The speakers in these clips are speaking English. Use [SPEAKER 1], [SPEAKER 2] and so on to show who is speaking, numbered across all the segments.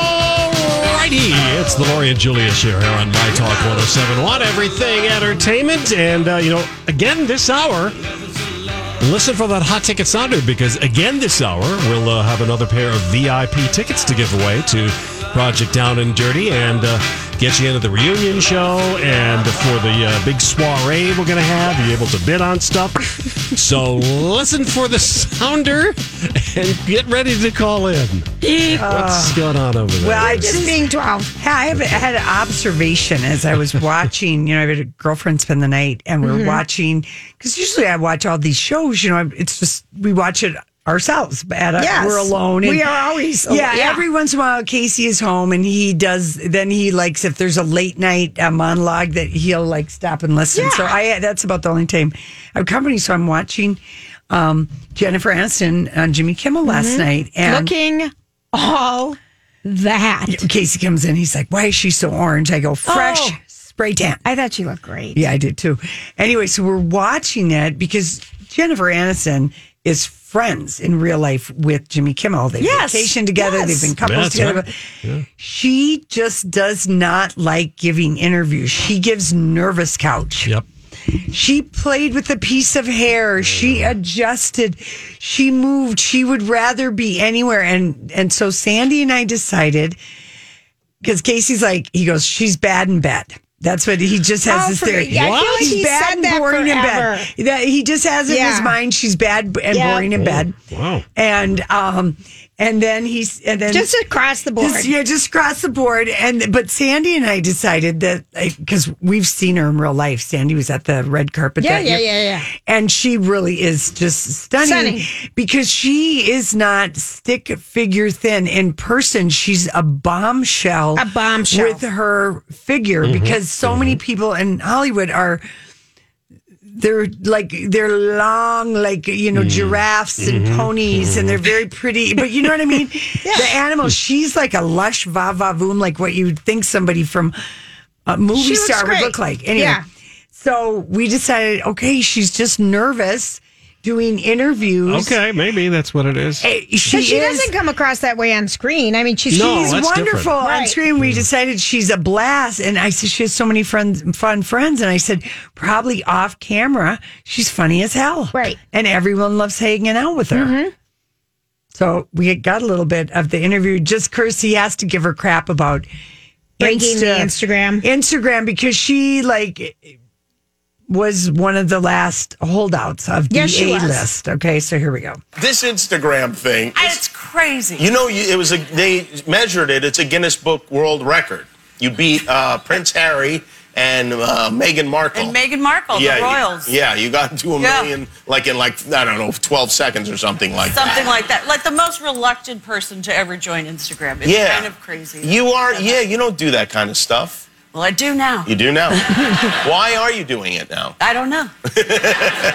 [SPEAKER 1] Alrighty, it's the Lori and Julia show here on My Talk 1071, everything entertainment. And, uh, you know, again this hour, listen for that hot ticket sounder because, again this hour, we'll uh, have another pair of VIP tickets to give away to Project Down and Dirty and uh, get you into the reunion show and for the uh, big soiree we're going to have, you able to bid on stuff. so listen for the sounder and get ready to call in. What's going on over there?
[SPEAKER 2] Well, I just being twelve. I have I had an observation as I was watching. You know, I had a girlfriend spend the night, and
[SPEAKER 3] Mm-hmm.
[SPEAKER 2] we were watching because usually I watch all these shows. You know, it's just we watch it ourselves. At a,
[SPEAKER 3] Yes.
[SPEAKER 2] we're alone.
[SPEAKER 3] We are always al-
[SPEAKER 2] yeah,
[SPEAKER 3] yeah.
[SPEAKER 2] Every once in a while, Casey is home, and he does. Then he likes if there's a late night uh, monologue that he'll like stop and listen. So I that's about the only time I company. So I'm watching. Um, Jennifer Aniston on Jimmy Kimmel last
[SPEAKER 3] Mm-hmm.
[SPEAKER 2] night, and
[SPEAKER 3] Looking all that.
[SPEAKER 2] Casey comes in. He's like, "Why is she so orange?" I go, "Fresh
[SPEAKER 3] Oh.
[SPEAKER 2] spray tan."
[SPEAKER 3] I thought you looked great.
[SPEAKER 2] Yeah, I did too. Anyway, so we're watching that because Jennifer Aniston is friends in real life with Jimmy Kimmel. They
[SPEAKER 3] Yes.
[SPEAKER 2] vacation together.
[SPEAKER 3] Yes.
[SPEAKER 2] They've been couples
[SPEAKER 1] That's
[SPEAKER 2] together. but
[SPEAKER 1] right.
[SPEAKER 2] She just does not like giving interviews. She gives nervous couch.
[SPEAKER 1] Yep.
[SPEAKER 2] She played with a piece of hair. She adjusted. She moved. She would rather be anywhere. And and so Sandy and I decided because Casey's like he goes, she's bad in bed. That's what he just has
[SPEAKER 3] Oh,
[SPEAKER 2] this
[SPEAKER 3] for-
[SPEAKER 2] theory.
[SPEAKER 3] yeah, I feel like
[SPEAKER 2] She's
[SPEAKER 3] he said
[SPEAKER 2] bad and
[SPEAKER 3] that
[SPEAKER 2] boring
[SPEAKER 3] forever.
[SPEAKER 2] in bed. That he just has it in his
[SPEAKER 3] Yeah.
[SPEAKER 2] mind. She's bad b- and
[SPEAKER 3] Yeah.
[SPEAKER 2] boring in bed.
[SPEAKER 1] Wow.
[SPEAKER 2] And um and then he's and then
[SPEAKER 3] Just across the board.
[SPEAKER 2] just, yeah, just across the board. And but Sandy and I decided that because we've seen her in real life. Sandy was at the red carpet.
[SPEAKER 3] Yeah,
[SPEAKER 2] that
[SPEAKER 3] yeah,
[SPEAKER 2] year.
[SPEAKER 3] yeah, yeah.
[SPEAKER 2] And she really is just stunning,
[SPEAKER 3] Stunning.
[SPEAKER 2] because she is not stick figure thin. In person, she's a bombshell.
[SPEAKER 3] A bombshell.
[SPEAKER 2] with her figure, because so many people in Hollywood are. They're like they're long, like you know, giraffes and ponies, and they're very pretty. But you know what I mean? The animal. She's like a lush va va voom, like what you'd think somebody from a movie
[SPEAKER 3] She looks
[SPEAKER 2] star would
[SPEAKER 3] great.
[SPEAKER 2] look like. Anyway,
[SPEAKER 3] Yeah.
[SPEAKER 2] so we decided, okay, she's just nervous doing interviews.
[SPEAKER 1] Okay, maybe that's what it is.
[SPEAKER 2] Eh, She,
[SPEAKER 3] But she
[SPEAKER 2] is,
[SPEAKER 3] doesn't come across that way on screen. I mean, she's
[SPEAKER 1] No.
[SPEAKER 2] She's
[SPEAKER 1] that's different.
[SPEAKER 2] wonderful on
[SPEAKER 3] Right.
[SPEAKER 2] screen. We decided she's a blast, and I said she has so many friends, fun friends, and I said probably off camera she's funny as hell,
[SPEAKER 3] Right. Mm-hmm.
[SPEAKER 2] And everyone loves hanging out with her. So we got a little bit of the interview. Just Kirsty has to give her crap about
[SPEAKER 3] Breaking the Instagram.
[SPEAKER 2] Instagram because she like was one of the last holdouts of
[SPEAKER 3] Yes,
[SPEAKER 2] the
[SPEAKER 3] she
[SPEAKER 2] A
[SPEAKER 3] was.
[SPEAKER 2] list. Okay, so here we go.
[SPEAKER 4] This Instagram thing,
[SPEAKER 2] It's crazy.
[SPEAKER 4] you know, you- it was a, they measured it. It's a Guinness Book World Record. You beat uh, Prince Harry and uh, Meghan Markle.
[SPEAKER 5] And Meghan Markle,
[SPEAKER 4] yeah,
[SPEAKER 5] the Royals.
[SPEAKER 4] Yeah, you got to a
[SPEAKER 5] Yeah.
[SPEAKER 4] million, like in like I don't know, twelve seconds or something like
[SPEAKER 5] Something
[SPEAKER 4] that.
[SPEAKER 5] like that. Like the most reluctant person to ever join Instagram. It's
[SPEAKER 4] yeah,
[SPEAKER 5] kind of crazy.
[SPEAKER 4] You are. Yeah, you don't do that kind of stuff.
[SPEAKER 5] Well, I do now.
[SPEAKER 4] You do now. Why are you doing it now?
[SPEAKER 5] I don't know.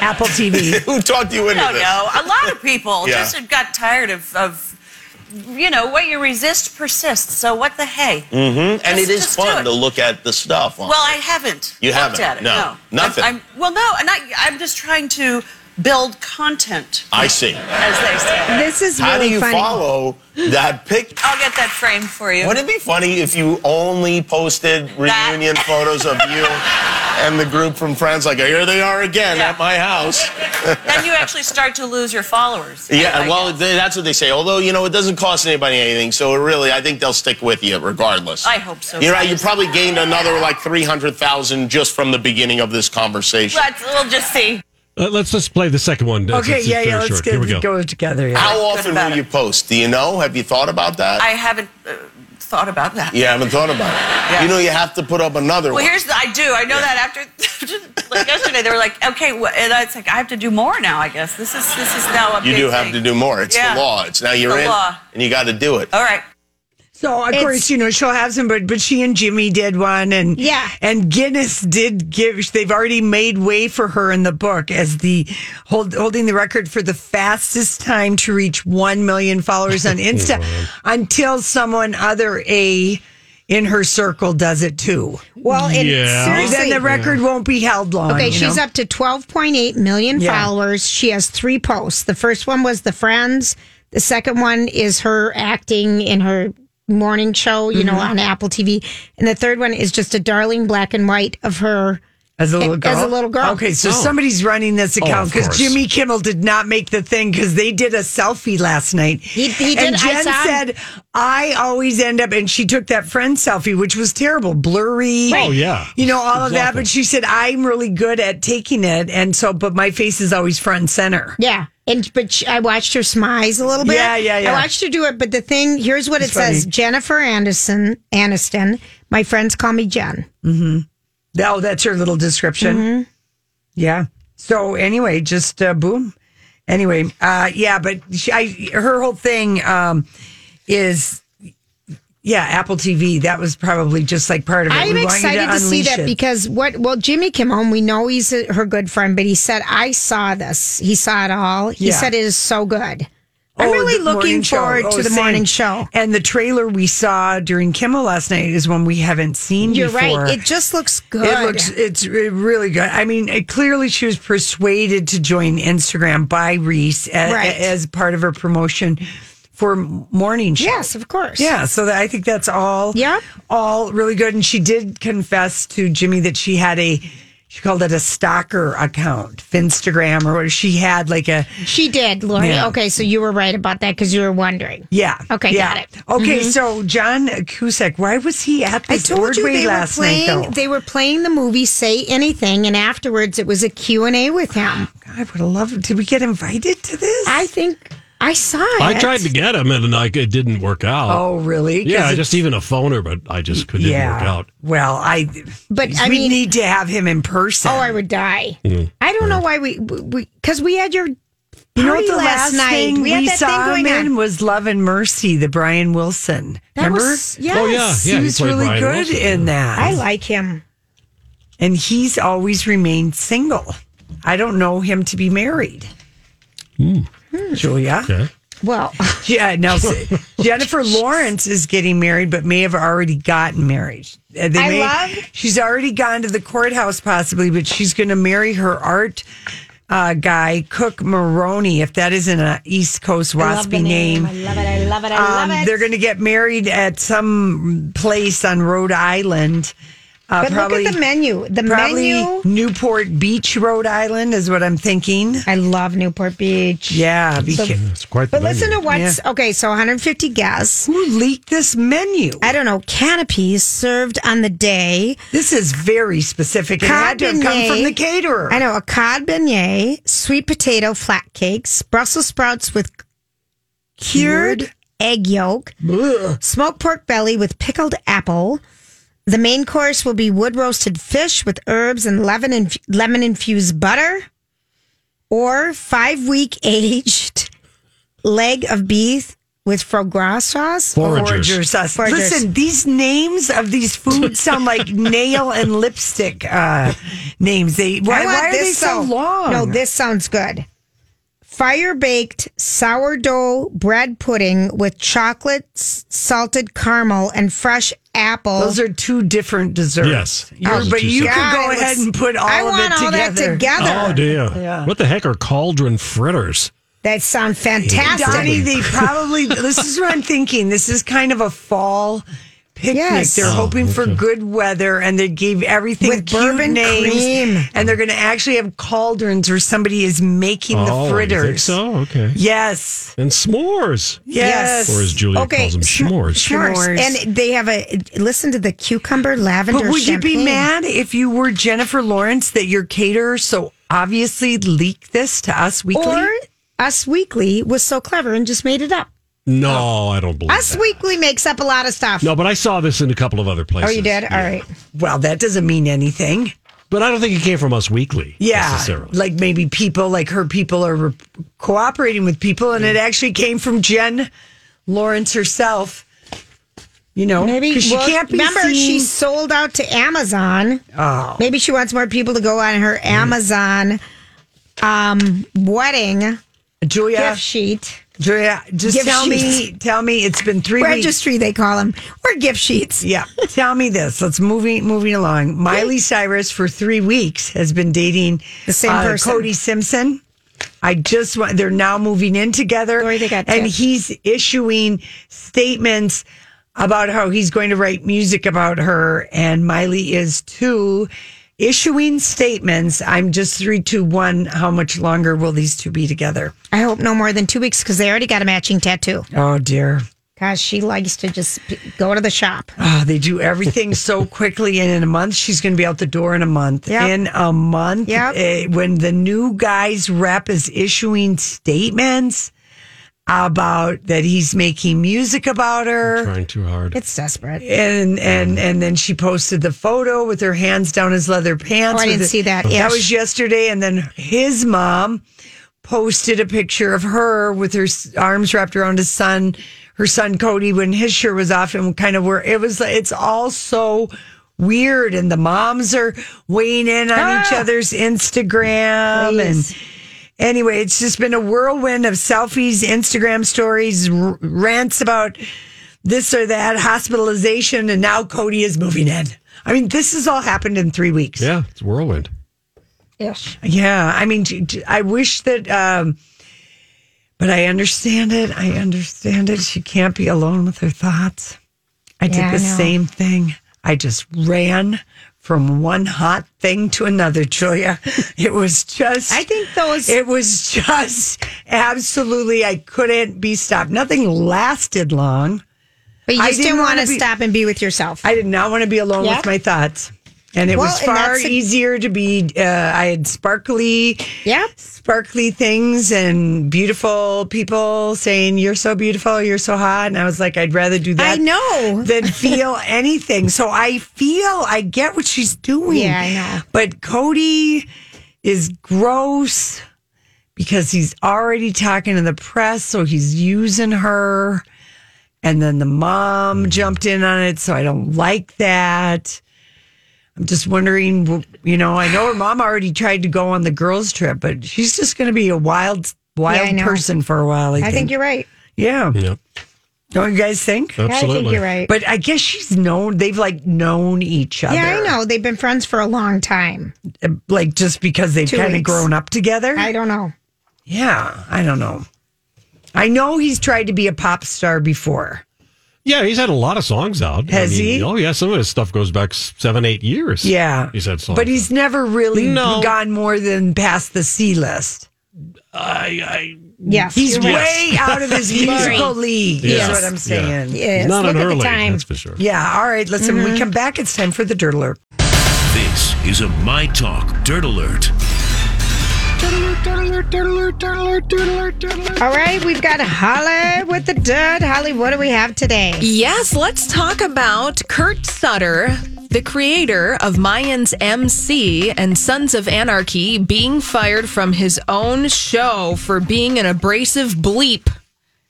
[SPEAKER 2] Apple TV.
[SPEAKER 4] Who talked you into
[SPEAKER 5] I don't
[SPEAKER 4] this?
[SPEAKER 5] know. A lot of people
[SPEAKER 4] Yeah.
[SPEAKER 5] just got tired of, of, you know, what you resist persists. So what the hey?
[SPEAKER 4] Mm. And it is
[SPEAKER 5] Just do
[SPEAKER 4] fun
[SPEAKER 5] it.
[SPEAKER 4] to look at the stuff. On
[SPEAKER 5] Well, I haven't.
[SPEAKER 4] You
[SPEAKER 5] looked
[SPEAKER 4] haven't?
[SPEAKER 5] At it.
[SPEAKER 4] No.
[SPEAKER 5] No.
[SPEAKER 4] Nothing.
[SPEAKER 5] I'm, I'm- well, no, and I, I'm just trying to build content,
[SPEAKER 4] I see.
[SPEAKER 5] as they say.
[SPEAKER 3] This is
[SPEAKER 4] How
[SPEAKER 3] really
[SPEAKER 4] do you
[SPEAKER 3] funny.
[SPEAKER 4] follow that pic?
[SPEAKER 5] I'll get that frame for you.
[SPEAKER 4] Wouldn't it be funny if you only posted
[SPEAKER 5] That-
[SPEAKER 4] reunion photos of you and the group from Friends? Like, here they are again
[SPEAKER 5] Yeah.
[SPEAKER 4] at my house.
[SPEAKER 5] then you actually start to lose your followers.
[SPEAKER 4] Yeah,
[SPEAKER 5] I
[SPEAKER 4] well,
[SPEAKER 5] guess.
[SPEAKER 4] they, that's what they say. Although you know, it doesn't cost anybody anything, so it really, I think they'll stick with you regardless.
[SPEAKER 5] I hope so,
[SPEAKER 4] You're right. You
[SPEAKER 5] guys.
[SPEAKER 4] probably gained another like three hundred thousand just from the beginning of this conversation.
[SPEAKER 5] Let's, we'll just see.
[SPEAKER 1] Uh, let's let's play the second one. It's-
[SPEAKER 2] Okay,
[SPEAKER 1] it's
[SPEAKER 2] yeah, yeah.
[SPEAKER 1] very
[SPEAKER 2] Let's
[SPEAKER 1] short. Here we
[SPEAKER 2] get,
[SPEAKER 1] go.
[SPEAKER 2] go together. Yeah.
[SPEAKER 4] How
[SPEAKER 5] What
[SPEAKER 4] often
[SPEAKER 5] about
[SPEAKER 4] will
[SPEAKER 5] it?
[SPEAKER 4] you post? Do you know? Have you thought about that?
[SPEAKER 5] I haven't uh, thought about that.
[SPEAKER 4] yeah, I haven't thought about it.
[SPEAKER 5] Yeah.
[SPEAKER 4] You know, you have to put up another
[SPEAKER 5] Well,
[SPEAKER 4] one.
[SPEAKER 5] here's the, I do. I know that after like yesterday, they were like, okay, wh- and it's like I have to do more now. I guess this is this is now a
[SPEAKER 4] you
[SPEAKER 5] big
[SPEAKER 4] do have
[SPEAKER 5] thing.
[SPEAKER 4] to do more. It's
[SPEAKER 5] Yeah.
[SPEAKER 4] the law. It's now you're
[SPEAKER 5] the
[SPEAKER 4] in,
[SPEAKER 5] law.
[SPEAKER 4] and you got to do it.
[SPEAKER 5] All right.
[SPEAKER 2] So of course, you know she'll have some, but but she and Jimmy did one, and
[SPEAKER 3] Yeah.
[SPEAKER 2] and Guinness did give. They've already made way for her in the book as the hold, holding the record for the fastest time to reach one million followers on
[SPEAKER 1] Oh,
[SPEAKER 2] Insta, until someone other a in her circle does it too.
[SPEAKER 3] Well, and
[SPEAKER 1] Yeah.
[SPEAKER 2] Then
[SPEAKER 3] seriously.
[SPEAKER 2] the record won't be held long.
[SPEAKER 3] Okay,
[SPEAKER 2] you
[SPEAKER 3] she's
[SPEAKER 2] know?
[SPEAKER 3] up to 12.8 million
[SPEAKER 2] Yeah.
[SPEAKER 3] followers. She has three posts. The first one was The Friends. The second one is her acting in her morning show, you know,
[SPEAKER 2] Mm-hmm.
[SPEAKER 3] on Apple TV. And the third one is just a darling black and white of her.
[SPEAKER 2] As a little girl.
[SPEAKER 3] As a little girl.
[SPEAKER 2] Okay, so somebody's running this account
[SPEAKER 1] Oh. of
[SPEAKER 2] because
[SPEAKER 1] course.
[SPEAKER 2] Jimmy Kimmel did not make the thing because they did a selfie last night.
[SPEAKER 3] He- he did.
[SPEAKER 2] And
[SPEAKER 3] I
[SPEAKER 2] Jen
[SPEAKER 3] saw him.
[SPEAKER 2] said, "I always end up," and she took that friend selfie, which was terrible, blurry.
[SPEAKER 1] Right. Oh, yeah.
[SPEAKER 2] you know all of that.
[SPEAKER 1] Exactly.
[SPEAKER 2] But she said, "I'm really good at taking it," and so, but my face is always front and center.
[SPEAKER 3] Yeah. And but she, I watched her smize a little bit.
[SPEAKER 2] Yeah, yeah, yeah.
[SPEAKER 3] I watched her do it, but the thing here's what it says:
[SPEAKER 2] funny.
[SPEAKER 3] Jennifer Anderson, Aniston. My friends call me Jen.
[SPEAKER 2] Oh, that's her little description.
[SPEAKER 3] Mm-hmm.
[SPEAKER 2] Yeah. So anyway, just uh, boom. Anyway, uh, yeah, but she, I, her whole thing um, is, yeah, Apple TV. That was probably just like part of it.
[SPEAKER 3] I'm
[SPEAKER 2] We want you
[SPEAKER 3] excited to, see
[SPEAKER 2] unleash
[SPEAKER 3] that
[SPEAKER 2] it.
[SPEAKER 3] because what? Well, Jimmy came home. We know he's a, her good friend, but he said, "I saw this. He saw it all. He
[SPEAKER 2] Yeah.
[SPEAKER 3] said it is so good." I'm
[SPEAKER 2] Oh,
[SPEAKER 3] really
[SPEAKER 2] the
[SPEAKER 3] looking
[SPEAKER 2] morning show.
[SPEAKER 3] forward
[SPEAKER 2] Oh,
[SPEAKER 3] to the
[SPEAKER 2] same.
[SPEAKER 3] morning show.
[SPEAKER 2] And the trailer we saw during Kimmel last night is one we haven't seen.
[SPEAKER 3] You're
[SPEAKER 2] before.
[SPEAKER 3] right. It just looks good.
[SPEAKER 2] It looks it's really good. I mean, it, clearly she was persuaded to join Instagram by Reese a,
[SPEAKER 3] Right.
[SPEAKER 2] as part of her promotion for morning show.
[SPEAKER 3] yes, of course.
[SPEAKER 2] Yeah, so that, I think that's all.
[SPEAKER 3] Yeah.
[SPEAKER 2] all really good. And she did confess to Jimmy that she had a, she called it a stalker account, Finstagram or what. She had like a
[SPEAKER 3] she did, Lori.
[SPEAKER 2] Yeah.
[SPEAKER 3] Okay, so you were right about that because you were wondering.
[SPEAKER 2] yeah.
[SPEAKER 3] Okay,
[SPEAKER 2] yeah.
[SPEAKER 3] got it. Mm-hmm.
[SPEAKER 2] Okay, so John Cusack, why was he at
[SPEAKER 3] I
[SPEAKER 2] this
[SPEAKER 3] told you
[SPEAKER 2] Ordway
[SPEAKER 3] they were
[SPEAKER 2] last
[SPEAKER 3] playing.
[SPEAKER 2] night? Though
[SPEAKER 3] They were playing the movie "Say Anything," and afterwards it was a Q and A with him.
[SPEAKER 2] I would have loved. Did we get invited to this?
[SPEAKER 3] I think I saw it.
[SPEAKER 1] I tried to get him and I, it didn't work out.
[SPEAKER 2] oh really? 'Cause
[SPEAKER 1] yeah, I
[SPEAKER 2] it-
[SPEAKER 1] just even a phoner, but I just couldn't work out.
[SPEAKER 2] Well, I.
[SPEAKER 3] But, I
[SPEAKER 2] we
[SPEAKER 3] mean-
[SPEAKER 2] need to have him in person.
[SPEAKER 3] Oh, I would die. I don't know why we because we, had your
[SPEAKER 2] You know
[SPEAKER 3] party
[SPEAKER 2] what the
[SPEAKER 3] last,
[SPEAKER 2] last,
[SPEAKER 3] night.
[SPEAKER 2] thing we,
[SPEAKER 3] We had that
[SPEAKER 2] saw
[SPEAKER 3] thing
[SPEAKER 2] him
[SPEAKER 3] going
[SPEAKER 2] in
[SPEAKER 3] on.
[SPEAKER 2] was Love and Mercy, the Brian Wilson.
[SPEAKER 3] That
[SPEAKER 2] Remember?
[SPEAKER 3] was yes.
[SPEAKER 1] Oh, yeah.
[SPEAKER 2] he was
[SPEAKER 1] played
[SPEAKER 2] really
[SPEAKER 1] Brian
[SPEAKER 2] good
[SPEAKER 1] Wilson,
[SPEAKER 2] in that,
[SPEAKER 3] I like him.
[SPEAKER 2] and he's always remained single. I don't know him to be married.
[SPEAKER 1] Hmm.
[SPEAKER 2] Julia,
[SPEAKER 1] Okay.
[SPEAKER 3] Well,
[SPEAKER 2] yeah. Now s- Jennifer Lawrence is getting married, but may have already gotten married. Uh, They
[SPEAKER 3] I
[SPEAKER 2] may-
[SPEAKER 3] love-
[SPEAKER 2] She's already gone to the courthouse, possibly, but she's going to marry her art uh, guy, Cook Maroney. If that isn't an East Coast
[SPEAKER 3] I love the
[SPEAKER 2] waspy
[SPEAKER 3] name. I love it. I love it. I
[SPEAKER 2] Um,
[SPEAKER 3] love it.
[SPEAKER 2] They're going to get married at some place on Rhode Island. Uh,
[SPEAKER 3] but
[SPEAKER 2] probably,
[SPEAKER 3] look at the menu. The
[SPEAKER 2] probably
[SPEAKER 3] menu.
[SPEAKER 2] Newport Beach, Rhode Island is what I'm thinking.
[SPEAKER 3] I love Newport Beach.
[SPEAKER 2] Yeah.
[SPEAKER 3] So-
[SPEAKER 2] Because,
[SPEAKER 1] It's quite the
[SPEAKER 3] But listen to
[SPEAKER 1] menu.
[SPEAKER 3] what's okay. So 150 guests.
[SPEAKER 2] who leaked this menu?
[SPEAKER 3] I don't know canopies served on the day.
[SPEAKER 2] This is very specific. It had to have come from
[SPEAKER 3] Carbonate.
[SPEAKER 2] the caterer.
[SPEAKER 3] I know a cod beignet, sweet potato flat cakes, Brussels sprouts with cured egg yolk, smoked pork belly with pickled apple. The main course will be wood roasted fish with herbs and lemon inf- lemon infused butter, or five week aged leg of beef with foie gras sauce.
[SPEAKER 1] Foragers.
[SPEAKER 2] Forager sauce.
[SPEAKER 3] Foragers.
[SPEAKER 2] Listen, these names of these foods sound like nail and lipstick uh, names. They why,
[SPEAKER 3] I want
[SPEAKER 2] why are
[SPEAKER 3] this
[SPEAKER 2] they so
[SPEAKER 3] though.
[SPEAKER 2] long?
[SPEAKER 3] No, this sounds good. fire baked sourdough bread pudding with chocolate, s- salted caramel, and fresh apple.
[SPEAKER 2] Those are two different desserts.
[SPEAKER 1] Yes.
[SPEAKER 2] You're-
[SPEAKER 1] Those are
[SPEAKER 2] but
[SPEAKER 1] two
[SPEAKER 2] you
[SPEAKER 1] separate-
[SPEAKER 2] could go
[SPEAKER 3] God, it
[SPEAKER 2] ahead
[SPEAKER 3] was-
[SPEAKER 2] and put all
[SPEAKER 3] I
[SPEAKER 2] of
[SPEAKER 3] want
[SPEAKER 2] it
[SPEAKER 3] all that
[SPEAKER 2] together.
[SPEAKER 3] together.
[SPEAKER 1] Oh, dear.
[SPEAKER 2] Yeah.
[SPEAKER 1] What the heck are cauldron fritters?
[SPEAKER 3] That sound fantastic.
[SPEAKER 2] Donnie, they probably, this is what I'm thinking. This is kind of a fall picnic.
[SPEAKER 3] Yes. Oh,
[SPEAKER 2] They're hoping for good weather and they gave everything
[SPEAKER 3] With
[SPEAKER 2] cute
[SPEAKER 3] bourbon
[SPEAKER 2] names.
[SPEAKER 3] cream.
[SPEAKER 2] And they're going to actually have cauldrons where somebody is making
[SPEAKER 1] oh,
[SPEAKER 2] the fritters.
[SPEAKER 1] You think so? Okay.
[SPEAKER 2] Yes.
[SPEAKER 1] And s'mores.
[SPEAKER 2] Yes.
[SPEAKER 1] Or as Julia
[SPEAKER 3] Okay,
[SPEAKER 1] calls them,
[SPEAKER 3] sm-
[SPEAKER 1] s'mores.
[SPEAKER 3] S'mores.
[SPEAKER 2] S'mores.
[SPEAKER 3] And they have a listen to the cucumber lavender.
[SPEAKER 2] But would you be
[SPEAKER 3] champagne.
[SPEAKER 2] mad if you were Jennifer Lawrence that your caterer so obviously leaked this to us weekly?
[SPEAKER 3] Or Us Weekly was so clever and just made it up.
[SPEAKER 1] No, I don't believe
[SPEAKER 3] Us
[SPEAKER 1] that.
[SPEAKER 3] Weekly makes up a lot of stuff.
[SPEAKER 1] No, but I saw this in a couple of other
[SPEAKER 3] Oh,
[SPEAKER 1] places.
[SPEAKER 3] you did?
[SPEAKER 1] Yeah.
[SPEAKER 3] All right.
[SPEAKER 2] well, that doesn't mean anything.
[SPEAKER 1] But I don't think it came from Us Weekly.
[SPEAKER 2] Yeah,
[SPEAKER 1] Necessarily.
[SPEAKER 2] like maybe people, like her people, are re- cooperating with people, and it actually came from Jen Lawrence herself. You know,
[SPEAKER 3] Maybe
[SPEAKER 2] 'cause she
[SPEAKER 3] well,
[SPEAKER 2] can't be
[SPEAKER 3] remember
[SPEAKER 2] seen.
[SPEAKER 3] she sold out to Amazon. Oh. Maybe she wants more people to go on her
[SPEAKER 2] Mm.
[SPEAKER 3] Amazon um wedding
[SPEAKER 2] Julia.
[SPEAKER 3] gift sheet.
[SPEAKER 2] Julia, just
[SPEAKER 3] Gift
[SPEAKER 2] tell me,
[SPEAKER 3] sheets.
[SPEAKER 2] tell me, it's been three weeks.
[SPEAKER 3] Registry they call them. Or gift sheets.
[SPEAKER 2] Yeah, tell me this. Let's moving moving along. Miley Cyrus for three weeks has been dating uh,
[SPEAKER 3] The same person.
[SPEAKER 2] Cody Simpson. I just want. They're now moving in together,
[SPEAKER 3] Lori, they got
[SPEAKER 2] and
[SPEAKER 3] tips.
[SPEAKER 2] he's issuing statements about how he's going to write music about her, and Miley is too. Issuing statements. I'm just three, two, one. How much longer will these two be together?
[SPEAKER 3] I hope no more than two weeks because they already got a matching tattoo.
[SPEAKER 2] Oh dear.
[SPEAKER 3] Gosh, she likes to just p- go to the shop.
[SPEAKER 2] Oh, they do everything so quickly, and in a month she's going to be out the door. In a month,
[SPEAKER 3] Yep.
[SPEAKER 2] in a month,
[SPEAKER 3] Yep.
[SPEAKER 2] eh, when the new guy's rep is issuing statements about that he's making music about her,
[SPEAKER 1] Trying too hard.
[SPEAKER 3] It's desperate.
[SPEAKER 2] and and and then she posted the photo with her hands down his leather pants.
[SPEAKER 3] Oh, I
[SPEAKER 2] with
[SPEAKER 3] didn't
[SPEAKER 2] it-
[SPEAKER 3] see that.
[SPEAKER 2] That
[SPEAKER 3] Ish.
[SPEAKER 2] was yesterday, and then his mom posted a picture of her with her s- arms wrapped around his son, her son Cody, when his shirt was off, and kind of where it was. like- It's all so weird, and the moms are weighing in on
[SPEAKER 3] Ah.
[SPEAKER 2] each other's Instagram and. Anyway, it's just been a whirlwind of selfies, Instagram stories, r- rants about this or that, hospitalization, and now Cody is moving in. I mean, this has all happened in three weeks.
[SPEAKER 1] yeah, it's whirlwind.
[SPEAKER 3] Ish.
[SPEAKER 2] Yeah, I mean, j- j- I wish that, um, but I understand it. I understand it. She can't be alone with her thoughts. I
[SPEAKER 3] Yeah, I
[SPEAKER 2] did the
[SPEAKER 3] know.
[SPEAKER 2] same thing. I just ran from one hot thing to another, Julia. It was just.
[SPEAKER 3] I think those-
[SPEAKER 2] It was just absolutely. I couldn't be stopped. Nothing lasted long.
[SPEAKER 3] But you
[SPEAKER 2] I
[SPEAKER 3] just didn't,
[SPEAKER 2] didn't
[SPEAKER 3] want to
[SPEAKER 2] wanna be-
[SPEAKER 3] stop and be with yourself.
[SPEAKER 2] I did not want to be alone
[SPEAKER 3] Yep.
[SPEAKER 2] with my thoughts. And it
[SPEAKER 3] Well,
[SPEAKER 2] was
[SPEAKER 3] and
[SPEAKER 2] far
[SPEAKER 3] that's a-
[SPEAKER 2] easier to be. Uh, I had sparkly,
[SPEAKER 3] Yeah.
[SPEAKER 2] sparkly things and beautiful people saying you're so beautiful, you're so hot, and I was like, I'd rather do that.
[SPEAKER 3] I know.
[SPEAKER 2] Than feel anything. So I feel I get what she's doing.
[SPEAKER 3] Yeah, I know.
[SPEAKER 2] But Cody is gross because he's already talking to the press, so he's using her. And then the mom jumped in on it, so I don't like that. I'm just wondering, w- you know, I know her mom already tried to go on the girls' trip, but she's just going to be a wild,
[SPEAKER 3] I
[SPEAKER 2] wild
[SPEAKER 3] know.
[SPEAKER 2] person for a while. I,
[SPEAKER 3] I think you're right.
[SPEAKER 2] yeah.
[SPEAKER 1] Yep.
[SPEAKER 2] Don't you guys think?
[SPEAKER 3] Yeah, I think
[SPEAKER 1] Absolutely.
[SPEAKER 3] you're right.
[SPEAKER 2] But I guess she's known. They've like known each other.
[SPEAKER 3] yeah, I know. They've been friends for a long time.
[SPEAKER 2] know. Like just because they've
[SPEAKER 3] Two
[SPEAKER 2] kind of
[SPEAKER 3] weeks.
[SPEAKER 2] grown up together.
[SPEAKER 3] I don't know.
[SPEAKER 2] yeah, I don't know. I know he's tried to be a pop star before.
[SPEAKER 1] Yeah, he's had a lot of songs out.
[SPEAKER 2] Has he?
[SPEAKER 1] Oh, yeah. Some of his stuff goes back s- seven, eight years.
[SPEAKER 2] Yeah,
[SPEAKER 1] He's had songs.
[SPEAKER 2] but he's never really
[SPEAKER 1] No.
[SPEAKER 2] gone more than past the C list.
[SPEAKER 1] I,
[SPEAKER 3] Yes.
[SPEAKER 2] He's
[SPEAKER 3] you're
[SPEAKER 2] way
[SPEAKER 3] right.
[SPEAKER 2] out of his musical league.
[SPEAKER 1] Yes.
[SPEAKER 2] Is what I'm saying. Yeah.
[SPEAKER 1] I,
[SPEAKER 3] Yes.
[SPEAKER 1] not
[SPEAKER 3] Look
[SPEAKER 1] an
[SPEAKER 3] at
[SPEAKER 1] early,
[SPEAKER 3] the time.
[SPEAKER 1] that's for sure.
[SPEAKER 2] All right. Listen, when we come back, it's time for the dirt alert.
[SPEAKER 6] This is a My Talk Dirt Alert.
[SPEAKER 3] All right, we've got Holly with the dirt. Holly, what do we have today?
[SPEAKER 7] Yes, let's talk about Kurt Sutter, the creator of Mayans MC and Sons of Anarchy, being fired from his own show for being an abrasive bleep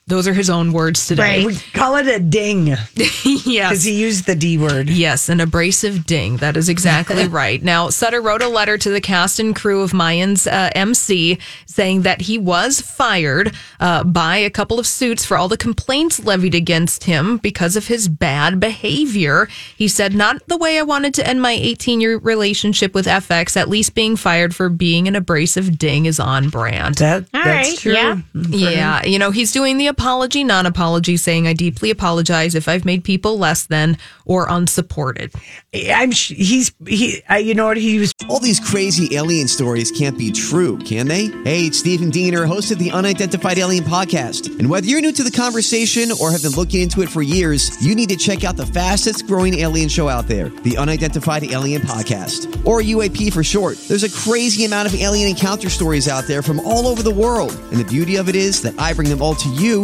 [SPEAKER 7] Those are his own words today.
[SPEAKER 2] We call it a ding because
[SPEAKER 7] yes.
[SPEAKER 2] he used the D word.
[SPEAKER 7] Yes, an abrasive ding. That is exactly right. Now, Sutter wrote a letter to the cast and crew of Mayans uh, MC saying that he was fired uh, by a couple of suits for all the complaints levied against him because of his bad behavior. He said, Not the way I wanted to end my 18 year relationship with FX. At least being fired for being an abrasive ding is on brand.
[SPEAKER 2] That,
[SPEAKER 3] All
[SPEAKER 2] that's
[SPEAKER 3] right,
[SPEAKER 2] true.
[SPEAKER 3] yeah.
[SPEAKER 7] Yeah, you know, he's doing the apology, non apology, saying, I deeply apologize if I've made people less than or unsupported.
[SPEAKER 2] I'm. sh- He's. He. I, you know what? He was
[SPEAKER 8] All these crazy alien stories can't be true, can they? Hey, it's Stephen Diener, host of the Unidentified Alien Podcast. And whether you're new to the conversation or have been looking into it for years, you need to check out the fastest growing alien show out there, the Unidentified Alien Podcast, or UAP for short. There's a crazy amount of alien encounter stories out there from all over the world. And the beauty of it is that I bring them all to you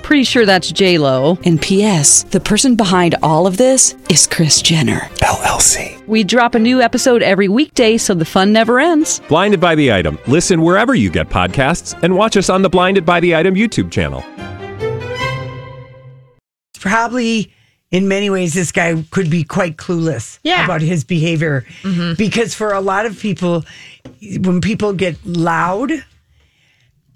[SPEAKER 9] Pretty sure that's J Lo. And P.S. The person behind all of this is Chris Jenner LLC. We drop a new episode every weekday, so the fun never ends.
[SPEAKER 10] Blinded by the item. Listen wherever you get podcasts, and watch us on the Blinded by the Item YouTube channel.
[SPEAKER 2] probably in many ways this guy could be quite clueless
[SPEAKER 3] Yeah. Mm-hmm.
[SPEAKER 2] about his behavior because for a lot of people when people get loud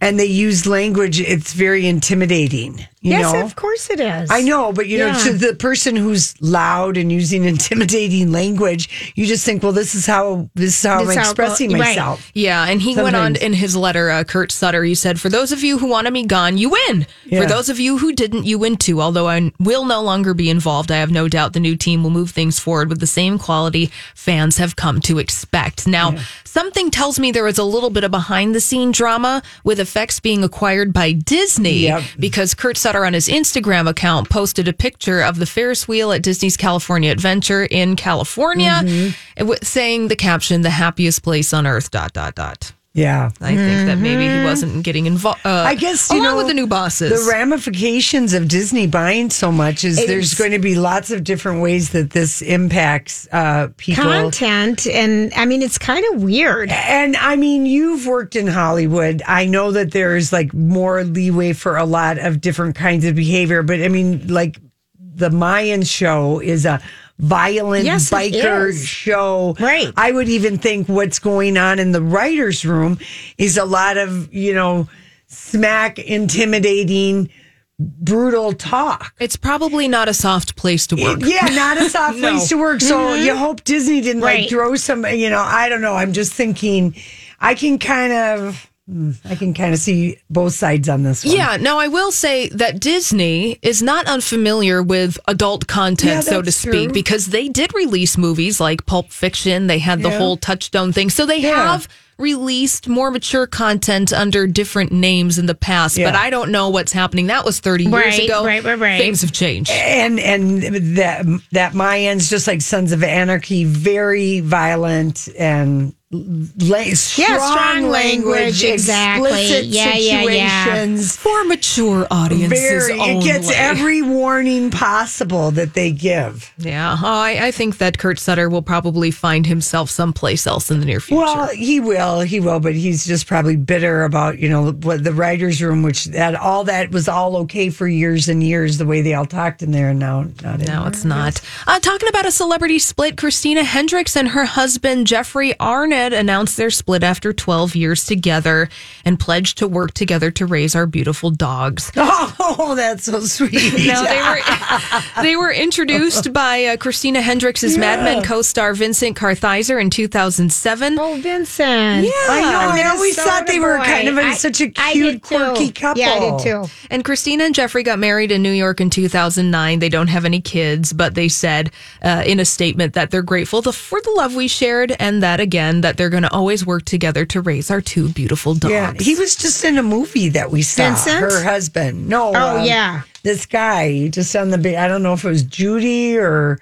[SPEAKER 2] and they use language it's very intimidating you
[SPEAKER 3] yes,
[SPEAKER 2] know
[SPEAKER 3] of course it is.
[SPEAKER 2] I know, but you know,
[SPEAKER 3] Yeah.
[SPEAKER 2] to the person who's loud and using intimidating language, you just think, well, this is how this is how
[SPEAKER 3] This
[SPEAKER 2] I'm
[SPEAKER 3] is how it go-
[SPEAKER 2] expressing
[SPEAKER 3] right.
[SPEAKER 2] myself.
[SPEAKER 7] Yeah, and he went on
[SPEAKER 2] Sometimes.
[SPEAKER 7] in his letter, uh, Kurt Sutter, he said, For those of you who wanted me gone, you win. For
[SPEAKER 2] Yeah.
[SPEAKER 7] those of you who didn't, you win too. Although I will no longer be involved, I have no doubt the new team will move things forward with the same quality fans have come to expect. Now, something tells me there was a little bit of behind the scene drama with effects being acquired by Disney
[SPEAKER 2] Yep.
[SPEAKER 7] because Kurt Sutter on his Instagram account posted a picture of the Ferris wheel at Disney's California Adventure in California,
[SPEAKER 2] Mm-hmm.
[SPEAKER 7] and with- saying the caption "the happiest place on earth." Dot dot dot.
[SPEAKER 2] Yeah.
[SPEAKER 7] I think that maybe he wasn't getting involved. Uh,
[SPEAKER 2] Mm-hmm. I guess you
[SPEAKER 7] along
[SPEAKER 2] know,
[SPEAKER 7] with the new bosses.
[SPEAKER 2] The ramifications of Disney buying so much is there's
[SPEAKER 3] It's-
[SPEAKER 2] going to be lots of different ways that this impacts uh, people.
[SPEAKER 3] Content, and I mean, it's kind of weird.
[SPEAKER 2] And I mean, you've worked in Hollywood. I know that there's like more leeway for a lot of different kinds of behavior, but I mean, like the Mayan show is a violent
[SPEAKER 3] Yes, it
[SPEAKER 2] biker
[SPEAKER 3] is.
[SPEAKER 2] show.
[SPEAKER 3] Right.
[SPEAKER 2] I would even think what's going on in the writer's room is a lot of, you know, smack, intimidating, brutal talk.
[SPEAKER 7] it's probably not a soft place to work.
[SPEAKER 2] Yeah, not a soft
[SPEAKER 7] No.
[SPEAKER 2] place to work. So you hope Disney didn't
[SPEAKER 3] Mm-hmm. Right.
[SPEAKER 2] like throw some. You know, I don't know. I'm just thinking. I can kind of, mm, I can kind of see both sides on this one.
[SPEAKER 7] Yeah, now I will say that Disney is not unfamiliar with adult content,
[SPEAKER 2] Yeah,
[SPEAKER 7] so to
[SPEAKER 2] that's
[SPEAKER 7] speak,
[SPEAKER 2] true.
[SPEAKER 7] because they did release movies like Pulp Fiction. They had the whole Touchstone thing. So they have released more mature content under different names in the past, but
[SPEAKER 2] Yeah.
[SPEAKER 7] I don't know what's happening. That was 30 years
[SPEAKER 3] Right,
[SPEAKER 7] ago.
[SPEAKER 3] right, right, right.
[SPEAKER 7] Things have changed.
[SPEAKER 2] And and that that Mayans just like Sons of Anarchy, very violent and la- strong,
[SPEAKER 3] strong language, exactly.
[SPEAKER 2] explicit
[SPEAKER 3] Yeah, yeah, yeah.
[SPEAKER 2] situations.
[SPEAKER 7] For mature audiences
[SPEAKER 2] Very, it gets
[SPEAKER 7] only.
[SPEAKER 2] every warning possible that they give.
[SPEAKER 7] Yeah, oh, I, I think that Kurt Sutter will probably find himself someplace else in the near future.
[SPEAKER 2] Well, he will, he will, but he's just probably bitter about you know what the writers' room, which that all that was all okay for years and years, the way they all talked in there, and now not
[SPEAKER 7] No, it's not. Uh, talking about a celebrity split, Christina Hendricks and her husband Jeffrey Arnett announced their split after 12 years together and pledged to work together to raise our beautiful dogs.
[SPEAKER 2] Oh, that's so sweet.
[SPEAKER 7] No, they were they were introduced by uh, Christina Hendricks' Mad Men co-star Vincent Kartheiser in 2007.
[SPEAKER 3] Oh, Vincent. Yeah,
[SPEAKER 2] I know. I always thought they were kind of in such a cute, quirky couple.
[SPEAKER 3] Yeah, I did too.
[SPEAKER 7] And Christina and Jeffrey got married in New York in 2009. They don't have any kids, but they said uh, in a statement that they're grateful the, for the love we shared and that, again, that they're going to always work together to raise our two beautiful dogs.
[SPEAKER 2] Yeah, he was just in a movie that we saw.
[SPEAKER 3] Vincent?
[SPEAKER 2] Her husband. No.
[SPEAKER 3] Oh,
[SPEAKER 2] um,
[SPEAKER 3] yeah.
[SPEAKER 2] this guy just on the big. I don't know if it was Judy or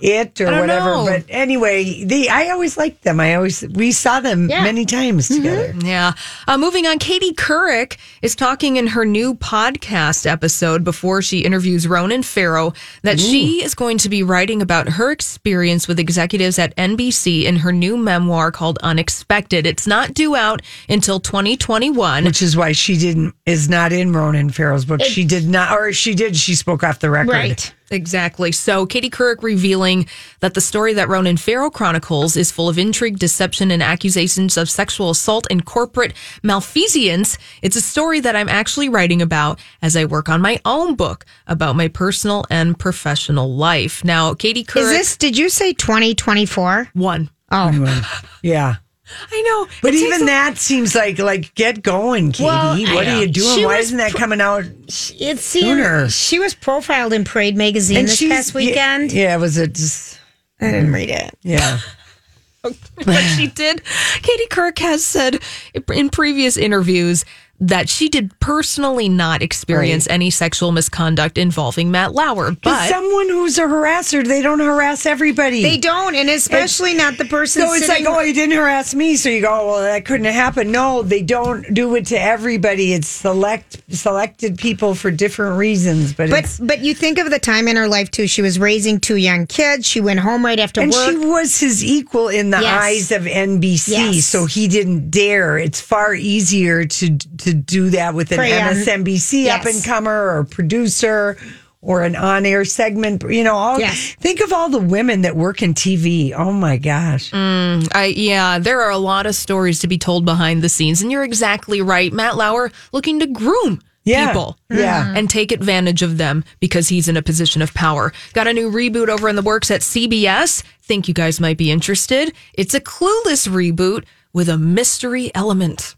[SPEAKER 2] it
[SPEAKER 7] I
[SPEAKER 2] or
[SPEAKER 7] don't
[SPEAKER 2] whatever.
[SPEAKER 7] know.
[SPEAKER 2] But anyway, they I always liked them. I always we saw them many times together.
[SPEAKER 7] Yeah. Uh, moving on, Katie Couric is talking in her new podcast episode before she interviews Ronan Farrow that she is going to be writing about her experience with executives at NBC in her new memoir called Unexpected. It's not due out until 2021.
[SPEAKER 2] Which is why she didn't is not in Ronan Farrow's book. she did not, or she did. She spoke off the record.
[SPEAKER 7] Exactly. So Katie Couric revealing that the story that Ronan Farrow chronicles is full of intrigue, deception, and accusations of sexual assault and corporate malfeasance. It's a story that I'm actually writing about as I work on my own book about my personal and professional life. Now, Katie Couric.
[SPEAKER 3] Is this, did you say 2024?
[SPEAKER 7] One.
[SPEAKER 3] Oh.
[SPEAKER 2] Yeah.
[SPEAKER 7] I know.
[SPEAKER 2] But even that seems like like get going, Katie.
[SPEAKER 3] Well,
[SPEAKER 2] what
[SPEAKER 3] I-
[SPEAKER 2] are you doing?
[SPEAKER 3] she
[SPEAKER 2] Why
[SPEAKER 3] was
[SPEAKER 2] isn't that
[SPEAKER 3] pr-
[SPEAKER 2] coming out?
[SPEAKER 3] It's seen,
[SPEAKER 2] Sooner.
[SPEAKER 3] she was profiled in Parade magazine this
[SPEAKER 2] she's-
[SPEAKER 3] past weekend.
[SPEAKER 2] Yeah, yeah, was it just?
[SPEAKER 3] I didn't read it.
[SPEAKER 2] Yeah.
[SPEAKER 7] but she did. Katie Kirk has said in previous interviews that she did personally not experience any sexual misconduct involving Matt Lauer,
[SPEAKER 2] But
[SPEAKER 7] but
[SPEAKER 2] someone who's a harasser, they don't harass everybody.
[SPEAKER 3] They don't, and especially not the person.
[SPEAKER 2] So it's
[SPEAKER 3] sitting-
[SPEAKER 2] like, oh, you didn't harass me, so you go, oh, well, that couldn't have happened. No, they don't do it to everybody. It's select selected people for different reasons, but,
[SPEAKER 3] But
[SPEAKER 2] it's,
[SPEAKER 3] but you think of the time in her life too. She was raising two young kids. She went home right after
[SPEAKER 2] and
[SPEAKER 3] work.
[SPEAKER 2] she was his equal in the
[SPEAKER 3] Yes.
[SPEAKER 2] eyes of NBC,
[SPEAKER 3] Yes.
[SPEAKER 2] so he didn't dare. It's far easier to to do that with an
[SPEAKER 3] For, um,
[SPEAKER 2] MSNBC
[SPEAKER 3] yes.
[SPEAKER 2] up and comer or producer or an on air segment. You know, all
[SPEAKER 3] Yes.
[SPEAKER 2] think of all the women that work in TV. Oh my gosh.
[SPEAKER 7] I yeah, there are a lot of stories to be told behind the scenes, and you're exactly right. Matt Lauer looking to groom
[SPEAKER 2] Yeah,
[SPEAKER 7] people, Mm-hmm.
[SPEAKER 2] yeah.
[SPEAKER 7] and take advantage of them because he's in a position of power. Got a new reboot over in the works at CBS. Think you guys might be interested. It's a clueless reboot with a mystery element.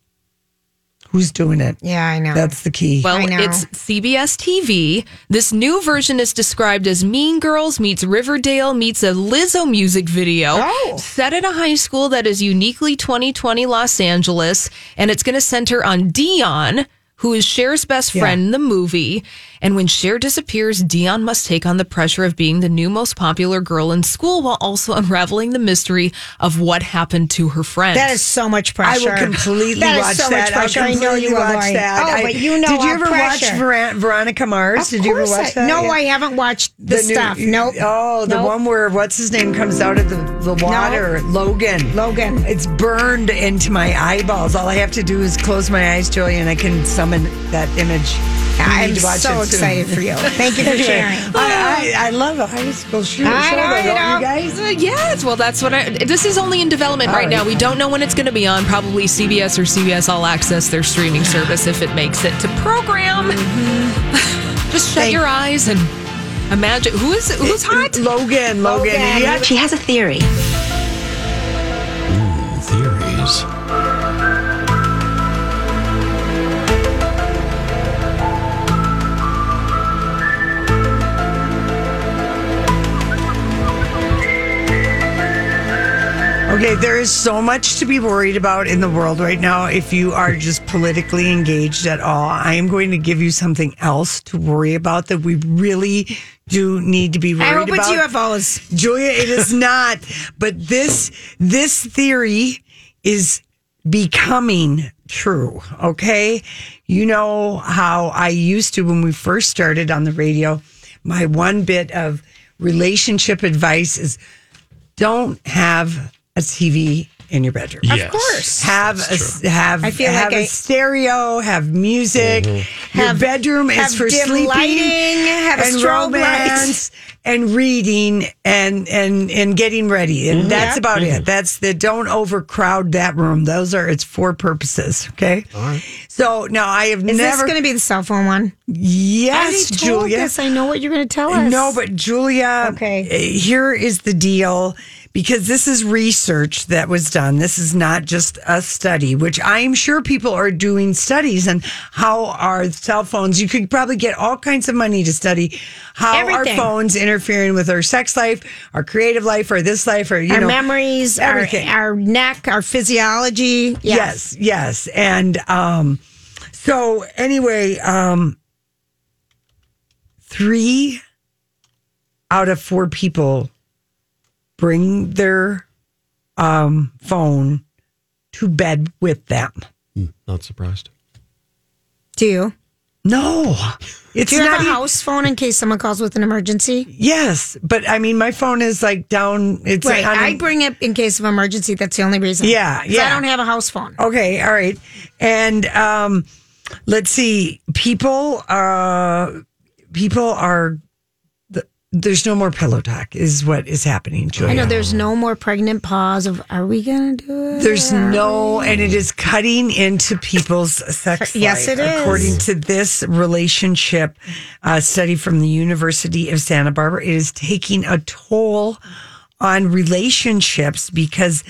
[SPEAKER 2] Who's doing it?
[SPEAKER 3] yeah, I know.
[SPEAKER 2] That's the key.
[SPEAKER 7] Well,
[SPEAKER 3] I know.
[SPEAKER 7] it's CBS TV. This new version is described as Mean Girls meets Riverdale meets a Lizzo music video
[SPEAKER 3] Oh.
[SPEAKER 7] set at a high school that is uniquely 2020 Los Angeles, and it's going to center on Dion. Who is Cher's best friend in the movie? And when Cher disappears, Dion must take on the pressure of being the new most popular girl in school while also unraveling the mystery of what happened to her friend.
[SPEAKER 3] that is so much
[SPEAKER 2] I
[SPEAKER 3] pressure.
[SPEAKER 2] will completely
[SPEAKER 3] That is
[SPEAKER 2] watch
[SPEAKER 3] so much
[SPEAKER 2] that.
[SPEAKER 3] pressure. I know
[SPEAKER 2] completely
[SPEAKER 3] you will,
[SPEAKER 2] watch
[SPEAKER 3] Lori.
[SPEAKER 2] that.
[SPEAKER 3] Oh,
[SPEAKER 2] I-
[SPEAKER 3] but you know
[SPEAKER 2] Did you
[SPEAKER 3] our
[SPEAKER 2] ever
[SPEAKER 3] pressure.
[SPEAKER 2] watch Ver- Veronica Mars?
[SPEAKER 3] Of
[SPEAKER 2] Did you ever
[SPEAKER 3] course
[SPEAKER 2] watch
[SPEAKER 3] I-
[SPEAKER 2] that?
[SPEAKER 3] No,
[SPEAKER 2] Yeah.
[SPEAKER 3] I haven't watched the,
[SPEAKER 2] new-
[SPEAKER 3] stuff. nope.
[SPEAKER 2] Oh, the
[SPEAKER 3] Nope.
[SPEAKER 2] one where what's his name comes out of the, the water. Logan.
[SPEAKER 3] Logan.
[SPEAKER 2] It's burned into my eyeballs. All I have to do is close my eyes, Julie, and I can summon that image. You
[SPEAKER 3] I'm
[SPEAKER 2] need to watch
[SPEAKER 3] so
[SPEAKER 2] it soon. Oh,
[SPEAKER 3] excited for you. Thank you for
[SPEAKER 2] Anyway,
[SPEAKER 3] sharing.
[SPEAKER 2] I, I, I love a high school shooter.
[SPEAKER 3] I know, I
[SPEAKER 2] don't
[SPEAKER 3] know.
[SPEAKER 2] you guys?
[SPEAKER 7] Uh, yes, well, that's what I. This is only in development
[SPEAKER 2] All
[SPEAKER 7] right, now.
[SPEAKER 2] right.
[SPEAKER 7] We don't know when it's going to be on. Probably CBS or CBS All Access, their streaming service, if it makes it to program. Just shut your eyes and imagine who is who's hot.
[SPEAKER 2] Logan, Logan.
[SPEAKER 3] Logan.
[SPEAKER 2] Yeah,
[SPEAKER 11] She has a theory.
[SPEAKER 6] Theories.
[SPEAKER 2] Okay, there is so much to be worried about in the world right now. If you are just politically engaged at all, I am going to give you something else to worry about that we really do need to be worried
[SPEAKER 3] I hope it's
[SPEAKER 2] about.
[SPEAKER 3] UFOs.
[SPEAKER 2] Julia, it is not. But this this theory is becoming true. Okay. You know how I used to when we first started on the radio, my one bit of relationship advice is don't have a TV in your bedroom.
[SPEAKER 1] Yes. Of course.
[SPEAKER 2] Have a have
[SPEAKER 3] I feel
[SPEAKER 2] have
[SPEAKER 3] like
[SPEAKER 2] a
[SPEAKER 3] I-
[SPEAKER 2] stereo, have music. Your
[SPEAKER 3] Have-
[SPEAKER 2] bedroom
[SPEAKER 3] have
[SPEAKER 2] is for
[SPEAKER 3] dim
[SPEAKER 2] sleeping,
[SPEAKER 3] lighting, have a
[SPEAKER 2] and
[SPEAKER 3] strobe light.
[SPEAKER 2] romance, and reading, and and and getting ready. And that's about it. That's the don't overcrowd that room. Those are its four purposes. Okay. All right. So now I have
[SPEAKER 3] Is
[SPEAKER 2] never.
[SPEAKER 3] this going to be the cell phone one?
[SPEAKER 2] yes,
[SPEAKER 3] I already told
[SPEAKER 2] Julia.
[SPEAKER 3] this. I know what you're going to tell us.
[SPEAKER 2] No, but Julia,
[SPEAKER 3] Okay.
[SPEAKER 2] eh, here is the deal because this is research that was done. This is not just a study, which I'm sure people are doing studies on how are cell phones. You could probably get all kinds of money to study how
[SPEAKER 3] Everything.
[SPEAKER 2] are phones interfering with our sex life, our creative life, or this life, or you
[SPEAKER 3] our
[SPEAKER 2] know,
[SPEAKER 3] memories, our,
[SPEAKER 2] everything.
[SPEAKER 3] our neck, our physiology. Yes.
[SPEAKER 2] yes, yes. And um, so anyway, um, three out of four people bring their um, phone to bed with them.
[SPEAKER 1] Not surprised.
[SPEAKER 3] Do you?
[SPEAKER 2] No. It's
[SPEAKER 3] Do you
[SPEAKER 2] not
[SPEAKER 3] have a
[SPEAKER 2] e-
[SPEAKER 3] house phone in case someone calls with an emergency?
[SPEAKER 2] Yes, but I mean, my phone is like down. It's
[SPEAKER 3] right.
[SPEAKER 2] on a-
[SPEAKER 3] I bring it in case of emergency. That's the only reason.
[SPEAKER 2] Yeah,
[SPEAKER 3] 'Cause
[SPEAKER 2] yeah.
[SPEAKER 3] I don't have a house phone.
[SPEAKER 2] Okay, all right. And um let's see. People uh people are th- there's no more pillow talk is what is happening,
[SPEAKER 3] I
[SPEAKER 2] Julia.
[SPEAKER 3] know there's no more pregnant pause of are we gonna do it?
[SPEAKER 2] There's no, and it is cutting into people's sex
[SPEAKER 3] Yes,
[SPEAKER 2] life,
[SPEAKER 3] it is.
[SPEAKER 2] According to this relationship uh, study from the University of Santa Barbara, it is taking a toll on relationships because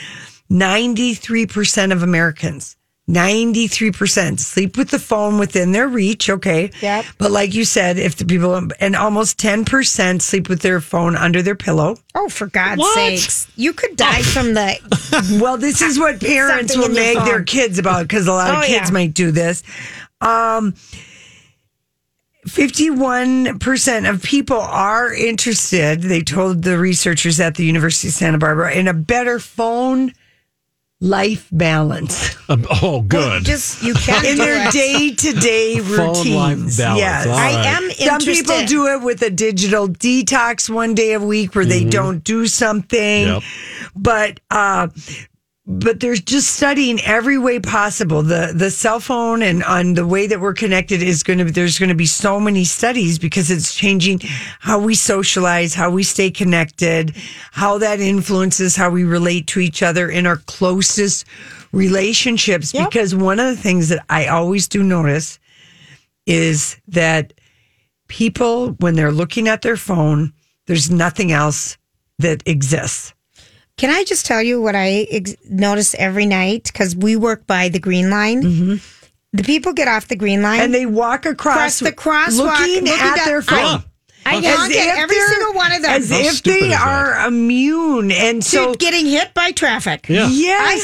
[SPEAKER 2] 93% of Americans, 93% sleep with the phone within their reach. Okay.
[SPEAKER 3] Yep.
[SPEAKER 2] But like you said, if the people, and almost 10% sleep with their phone under their pillow.
[SPEAKER 3] Oh, for God's
[SPEAKER 2] What?
[SPEAKER 3] sakes! You could die from the.
[SPEAKER 2] Well, this is what parents
[SPEAKER 3] Something
[SPEAKER 2] will
[SPEAKER 3] in your
[SPEAKER 2] nag their
[SPEAKER 3] phone.
[SPEAKER 2] kids about because a lot of
[SPEAKER 3] Oh,
[SPEAKER 2] kids
[SPEAKER 3] yeah.
[SPEAKER 2] might do this. Um, 51% of people are interested, they told the researchers at the University of Santa Barbara, in a better phone life balance
[SPEAKER 1] Um, oh, good.
[SPEAKER 3] Just you can't
[SPEAKER 2] in
[SPEAKER 3] do
[SPEAKER 2] their
[SPEAKER 3] it.
[SPEAKER 2] day to day
[SPEAKER 1] Phone life
[SPEAKER 2] routines.
[SPEAKER 1] balance,
[SPEAKER 2] Yes.
[SPEAKER 1] all
[SPEAKER 3] I am
[SPEAKER 2] Some people
[SPEAKER 3] interested.
[SPEAKER 2] do it with a digital detox one day a week where they don't do something.
[SPEAKER 1] Yep.
[SPEAKER 2] But uh but they're just studying every way possible. The the cell phone and on the way that we're connected is going to there's going to be so many studies because it's changing how we socialize, how we stay connected, how that influences how we relate to each other in our closest relationships. Because one of the things that I always do notice is that people, when they're looking at their phone, there's nothing else that exists.
[SPEAKER 3] Can I just tell you what I ex- notice every night? Because we work by the green line. Mm-hmm. The people get off the green line
[SPEAKER 2] And they walk across,
[SPEAKER 3] Across the crosswalk,
[SPEAKER 2] looking,
[SPEAKER 3] looking Oh.
[SPEAKER 2] at
[SPEAKER 3] down-
[SPEAKER 2] their phone.
[SPEAKER 3] I
[SPEAKER 2] As
[SPEAKER 3] honk
[SPEAKER 2] if
[SPEAKER 3] at every
[SPEAKER 2] they're-
[SPEAKER 3] single one of them.
[SPEAKER 2] As
[SPEAKER 1] How
[SPEAKER 2] if
[SPEAKER 1] stupid is
[SPEAKER 2] they
[SPEAKER 1] that?
[SPEAKER 2] are immune. And so,
[SPEAKER 3] to getting hit by traffic.
[SPEAKER 1] Yeah.
[SPEAKER 2] yes,
[SPEAKER 3] I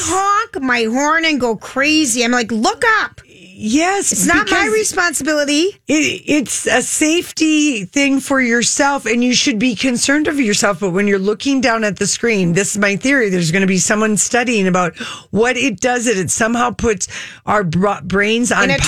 [SPEAKER 3] honk my horn and go crazy. I'm like, look up.
[SPEAKER 2] yes,
[SPEAKER 3] It's not my
[SPEAKER 2] because
[SPEAKER 3] responsibility.
[SPEAKER 2] it, it's a safety thing for yourself and you should be concerned of yourself but when you're looking down at the screen this is my theory there's going to be someone studying about what it does it it somehow puts our bra- brains on
[SPEAKER 3] In a
[SPEAKER 2] pause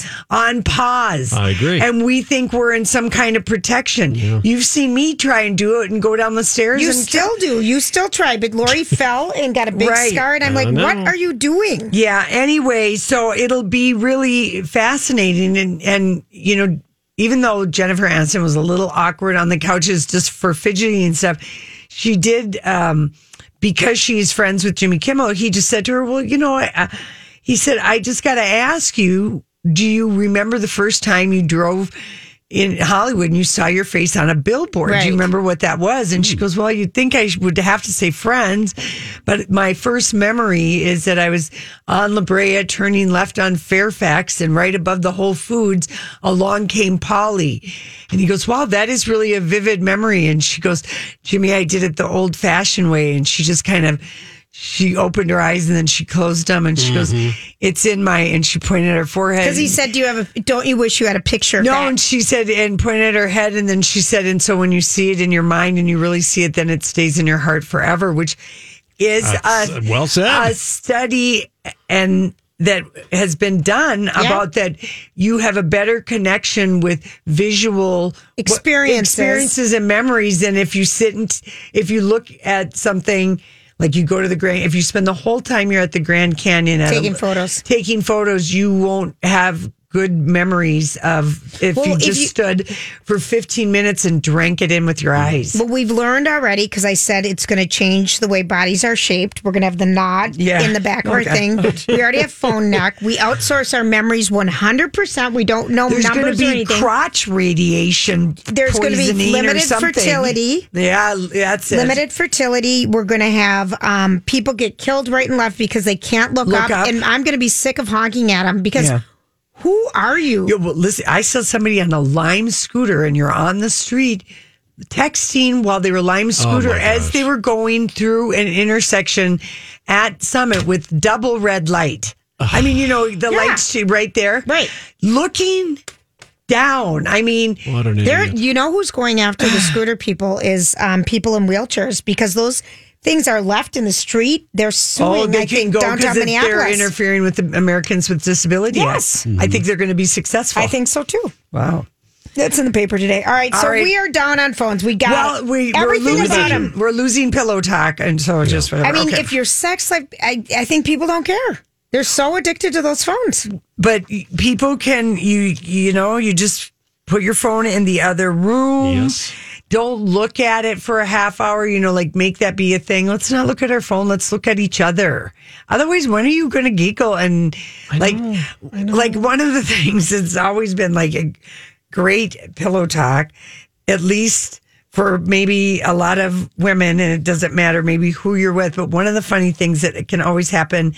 [SPEAKER 3] trance.
[SPEAKER 2] on pause
[SPEAKER 1] I agree.
[SPEAKER 2] and we think we're in some kind of protection you've seen me try and do it and go down the stairs
[SPEAKER 3] You
[SPEAKER 2] and
[SPEAKER 3] still do. You still try. But Lori fell and got a big
[SPEAKER 2] Right.
[SPEAKER 3] scar. And I'm
[SPEAKER 1] I
[SPEAKER 3] like, what
[SPEAKER 1] know.
[SPEAKER 3] are you doing?
[SPEAKER 2] Yeah. Anyway, so it'll be really fascinating, and and you know, even though Jennifer Aniston was a little awkward on the couches just for fidgeting and stuff, she did um, because she's friends with Jimmy Kimmel. He just said to her, "Well, you know," I, I, he said, "I just got to ask you, do you remember the first time you drove?" In Hollywood, and you saw your face on a billboard. Do
[SPEAKER 3] Right.
[SPEAKER 2] you remember what that was? And she goes, Well, you'd think I would have to say friends, but my first memory is that I was on La Brea turning left on Fairfax and right above the Whole Foods, along came Polly. And he goes, Wow, that is really a vivid memory. And she goes, Jimmy, I did it the old fashioned way. And she just kind of, she opened her eyes and then she closed them and she goes, It's in my, and she pointed at her forehead.
[SPEAKER 3] Because he said, do you have a? Don't you wish you had a picture? Of
[SPEAKER 2] No,
[SPEAKER 3] that?
[SPEAKER 2] and she said, and pointed at her head, and then she said, and so when you see it in your mind and you really see it, then it stays in your heart forever, which is
[SPEAKER 1] That's,
[SPEAKER 2] a
[SPEAKER 1] uh, well said.
[SPEAKER 2] a study and that has been done about that you have a better connection with visual
[SPEAKER 3] Experiences.
[SPEAKER 2] experiences and memories than if you sit and if you look at something like you go to the grand if you spend the whole time you're at the grand canyon at a-
[SPEAKER 3] Taking photos.
[SPEAKER 2] taking photos you won't have good memories of if
[SPEAKER 3] Well,
[SPEAKER 2] you
[SPEAKER 3] if
[SPEAKER 2] just
[SPEAKER 3] you-
[SPEAKER 2] stood for 15 minutes and drank it in with your eyes
[SPEAKER 3] But we've learned already because I said it's going to change the way bodies are shaped. We're going to have the nod
[SPEAKER 2] Yeah. Oh,
[SPEAKER 3] in the back of our
[SPEAKER 2] Okay.
[SPEAKER 3] thing. We already have phone knock. We outsource our memories 100%. We don't know
[SPEAKER 2] There's going to
[SPEAKER 3] numbers or
[SPEAKER 2] be
[SPEAKER 3] anything.
[SPEAKER 2] crotch radiation.
[SPEAKER 3] There's gonna be
[SPEAKER 2] poisoning or
[SPEAKER 3] limited
[SPEAKER 2] something.
[SPEAKER 3] fertility.
[SPEAKER 2] Yeah, that's it.
[SPEAKER 3] Limited fertility. We're going to have um, people get killed right and left because they can't look,
[SPEAKER 2] Look
[SPEAKER 3] up,
[SPEAKER 2] up.
[SPEAKER 3] And I'm going to be sick of honking at them because
[SPEAKER 2] Yeah.
[SPEAKER 3] who are you?
[SPEAKER 2] Yeah, well, listen, I saw somebody on a Lime scooter, and you're on the street texting while they were Lime scooter
[SPEAKER 1] Oh my
[SPEAKER 2] as
[SPEAKER 1] gosh.
[SPEAKER 2] they were going through an intersection at Summit with double red light. I mean, you know, the lights right there.
[SPEAKER 3] Right.
[SPEAKER 2] Looking down. I mean,
[SPEAKER 1] what an
[SPEAKER 3] There, you know who's going after the scooter people is um, people in wheelchairs because those things are left in the street. They're suing.
[SPEAKER 2] Oh, they
[SPEAKER 3] I
[SPEAKER 2] can
[SPEAKER 3] think
[SPEAKER 2] go because
[SPEAKER 3] downtown
[SPEAKER 2] they're
[SPEAKER 3] Minneapolis.
[SPEAKER 2] interfering with the Americans with Disability Act.
[SPEAKER 3] Yes.
[SPEAKER 2] I think they're going to be successful.
[SPEAKER 3] I think so too.
[SPEAKER 2] Wow.
[SPEAKER 3] That's in the paper today. All right,
[SPEAKER 2] All
[SPEAKER 3] so
[SPEAKER 2] right.
[SPEAKER 3] we are down on phones. We got
[SPEAKER 2] well, we, we're
[SPEAKER 3] uh, everything
[SPEAKER 2] losing
[SPEAKER 3] about him.
[SPEAKER 2] We're losing pillow talk, and so just whatever.
[SPEAKER 3] I mean,
[SPEAKER 2] Okay.
[SPEAKER 3] if your sex life, I, I think people don't care. They're so addicted to those phones.
[SPEAKER 2] but people can you you know you just put your phone in the other room.
[SPEAKER 1] Yes.
[SPEAKER 2] Don't look at it for a half hour. You know, like make that be a thing. Let's not look at our phone. Let's look at each other. Otherwise, when are you going to giggle? And like, like one of the things that's always been like a great pillow talk, at least for maybe a lot of women, and it doesn't matter maybe who you're with, but one of the funny things that can always happen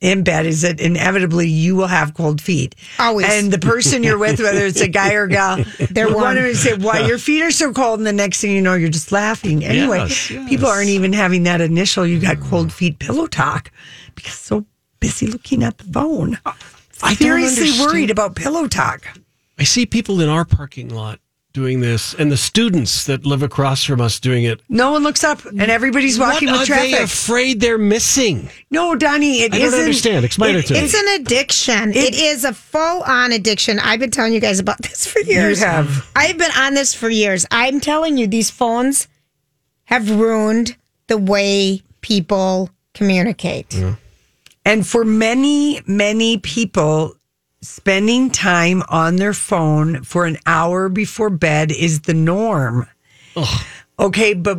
[SPEAKER 2] in bed is that inevitably you will have cold feet.
[SPEAKER 3] Always.
[SPEAKER 2] And the person you're with, whether it's a guy or gal, they're
[SPEAKER 3] warm.
[SPEAKER 2] wondering, say, why your feet are so cold. And the next thing you know, you're just laughing. Anyway,
[SPEAKER 1] Yes, yes.
[SPEAKER 2] people aren't even having that initial, you got cold feet pillow talk because so busy looking at the phone.
[SPEAKER 1] I don't
[SPEAKER 2] Seriously
[SPEAKER 1] understand.
[SPEAKER 2] worried about pillow talk.
[SPEAKER 1] I see people in our parking lot doing this, and the students that live across from us doing it.
[SPEAKER 2] No one looks up and everybody's walking
[SPEAKER 1] what
[SPEAKER 2] with
[SPEAKER 1] are
[SPEAKER 2] traffic.
[SPEAKER 1] they afraid they're missing?
[SPEAKER 2] no, Donnie, it
[SPEAKER 1] I don't
[SPEAKER 2] not
[SPEAKER 1] understand. Explain it to me.
[SPEAKER 3] It's an addiction. it is a full on addiction. I've been telling you guys about this for years.
[SPEAKER 2] have.
[SPEAKER 3] I've been on this for years. I'm telling you, these phones have ruined the way people communicate.
[SPEAKER 2] And for many, many people, spending time on their phone for an hour before bed is the norm. Okay, but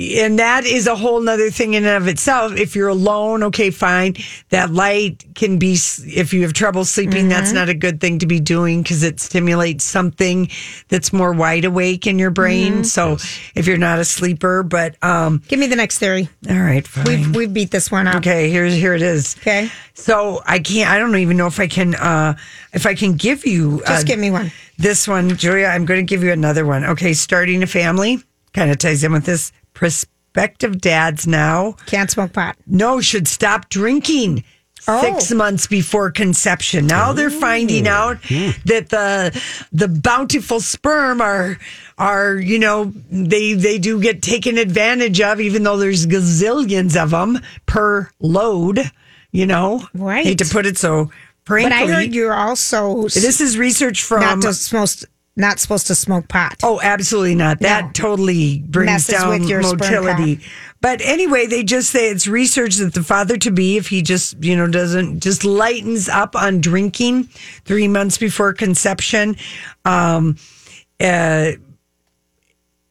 [SPEAKER 2] and that is a whole nother thing in and of itself. If you're alone, okay, fine. That light can be, if you have trouble sleeping, that's not a good thing to be doing because it stimulates something that's more wide awake in your brain. So if you're not a sleeper, but, um,
[SPEAKER 3] Give me the next theory.
[SPEAKER 2] all right, fine.
[SPEAKER 3] We've, we've beat this one up.
[SPEAKER 2] Okay, here's here it is.
[SPEAKER 3] Okay.
[SPEAKER 2] So I can't. I don't even know if I can. uh If I can give you uh,
[SPEAKER 3] Just give me one.
[SPEAKER 2] this one, Julia. I'm going to give you another one. Okay, starting a family kind of ties in with this. Prospective dads now
[SPEAKER 3] Can't smoke pot.
[SPEAKER 2] no should stop drinking. Six
[SPEAKER 3] Oh.
[SPEAKER 2] months before conception. Now they're finding out
[SPEAKER 3] Hmm.
[SPEAKER 2] that the the bountiful sperm are are you know they they do get taken advantage of, even though there's gazillions of them per load. You know,
[SPEAKER 3] Right.
[SPEAKER 2] Hate to put it so
[SPEAKER 3] But I
[SPEAKER 2] frankly.
[SPEAKER 3] heard you're also s-
[SPEAKER 2] this is research
[SPEAKER 3] not,
[SPEAKER 2] from.
[SPEAKER 3] to smoke, not supposed to smoke pot.
[SPEAKER 2] Oh, absolutely not. That totally brings
[SPEAKER 3] Messes
[SPEAKER 2] down
[SPEAKER 3] with your sperm
[SPEAKER 2] motility.
[SPEAKER 3] count.
[SPEAKER 2] But anyway, they just say it's research that the father to be, if he just, you know, doesn't, just lightens up on drinking three months before conception. Um, uh,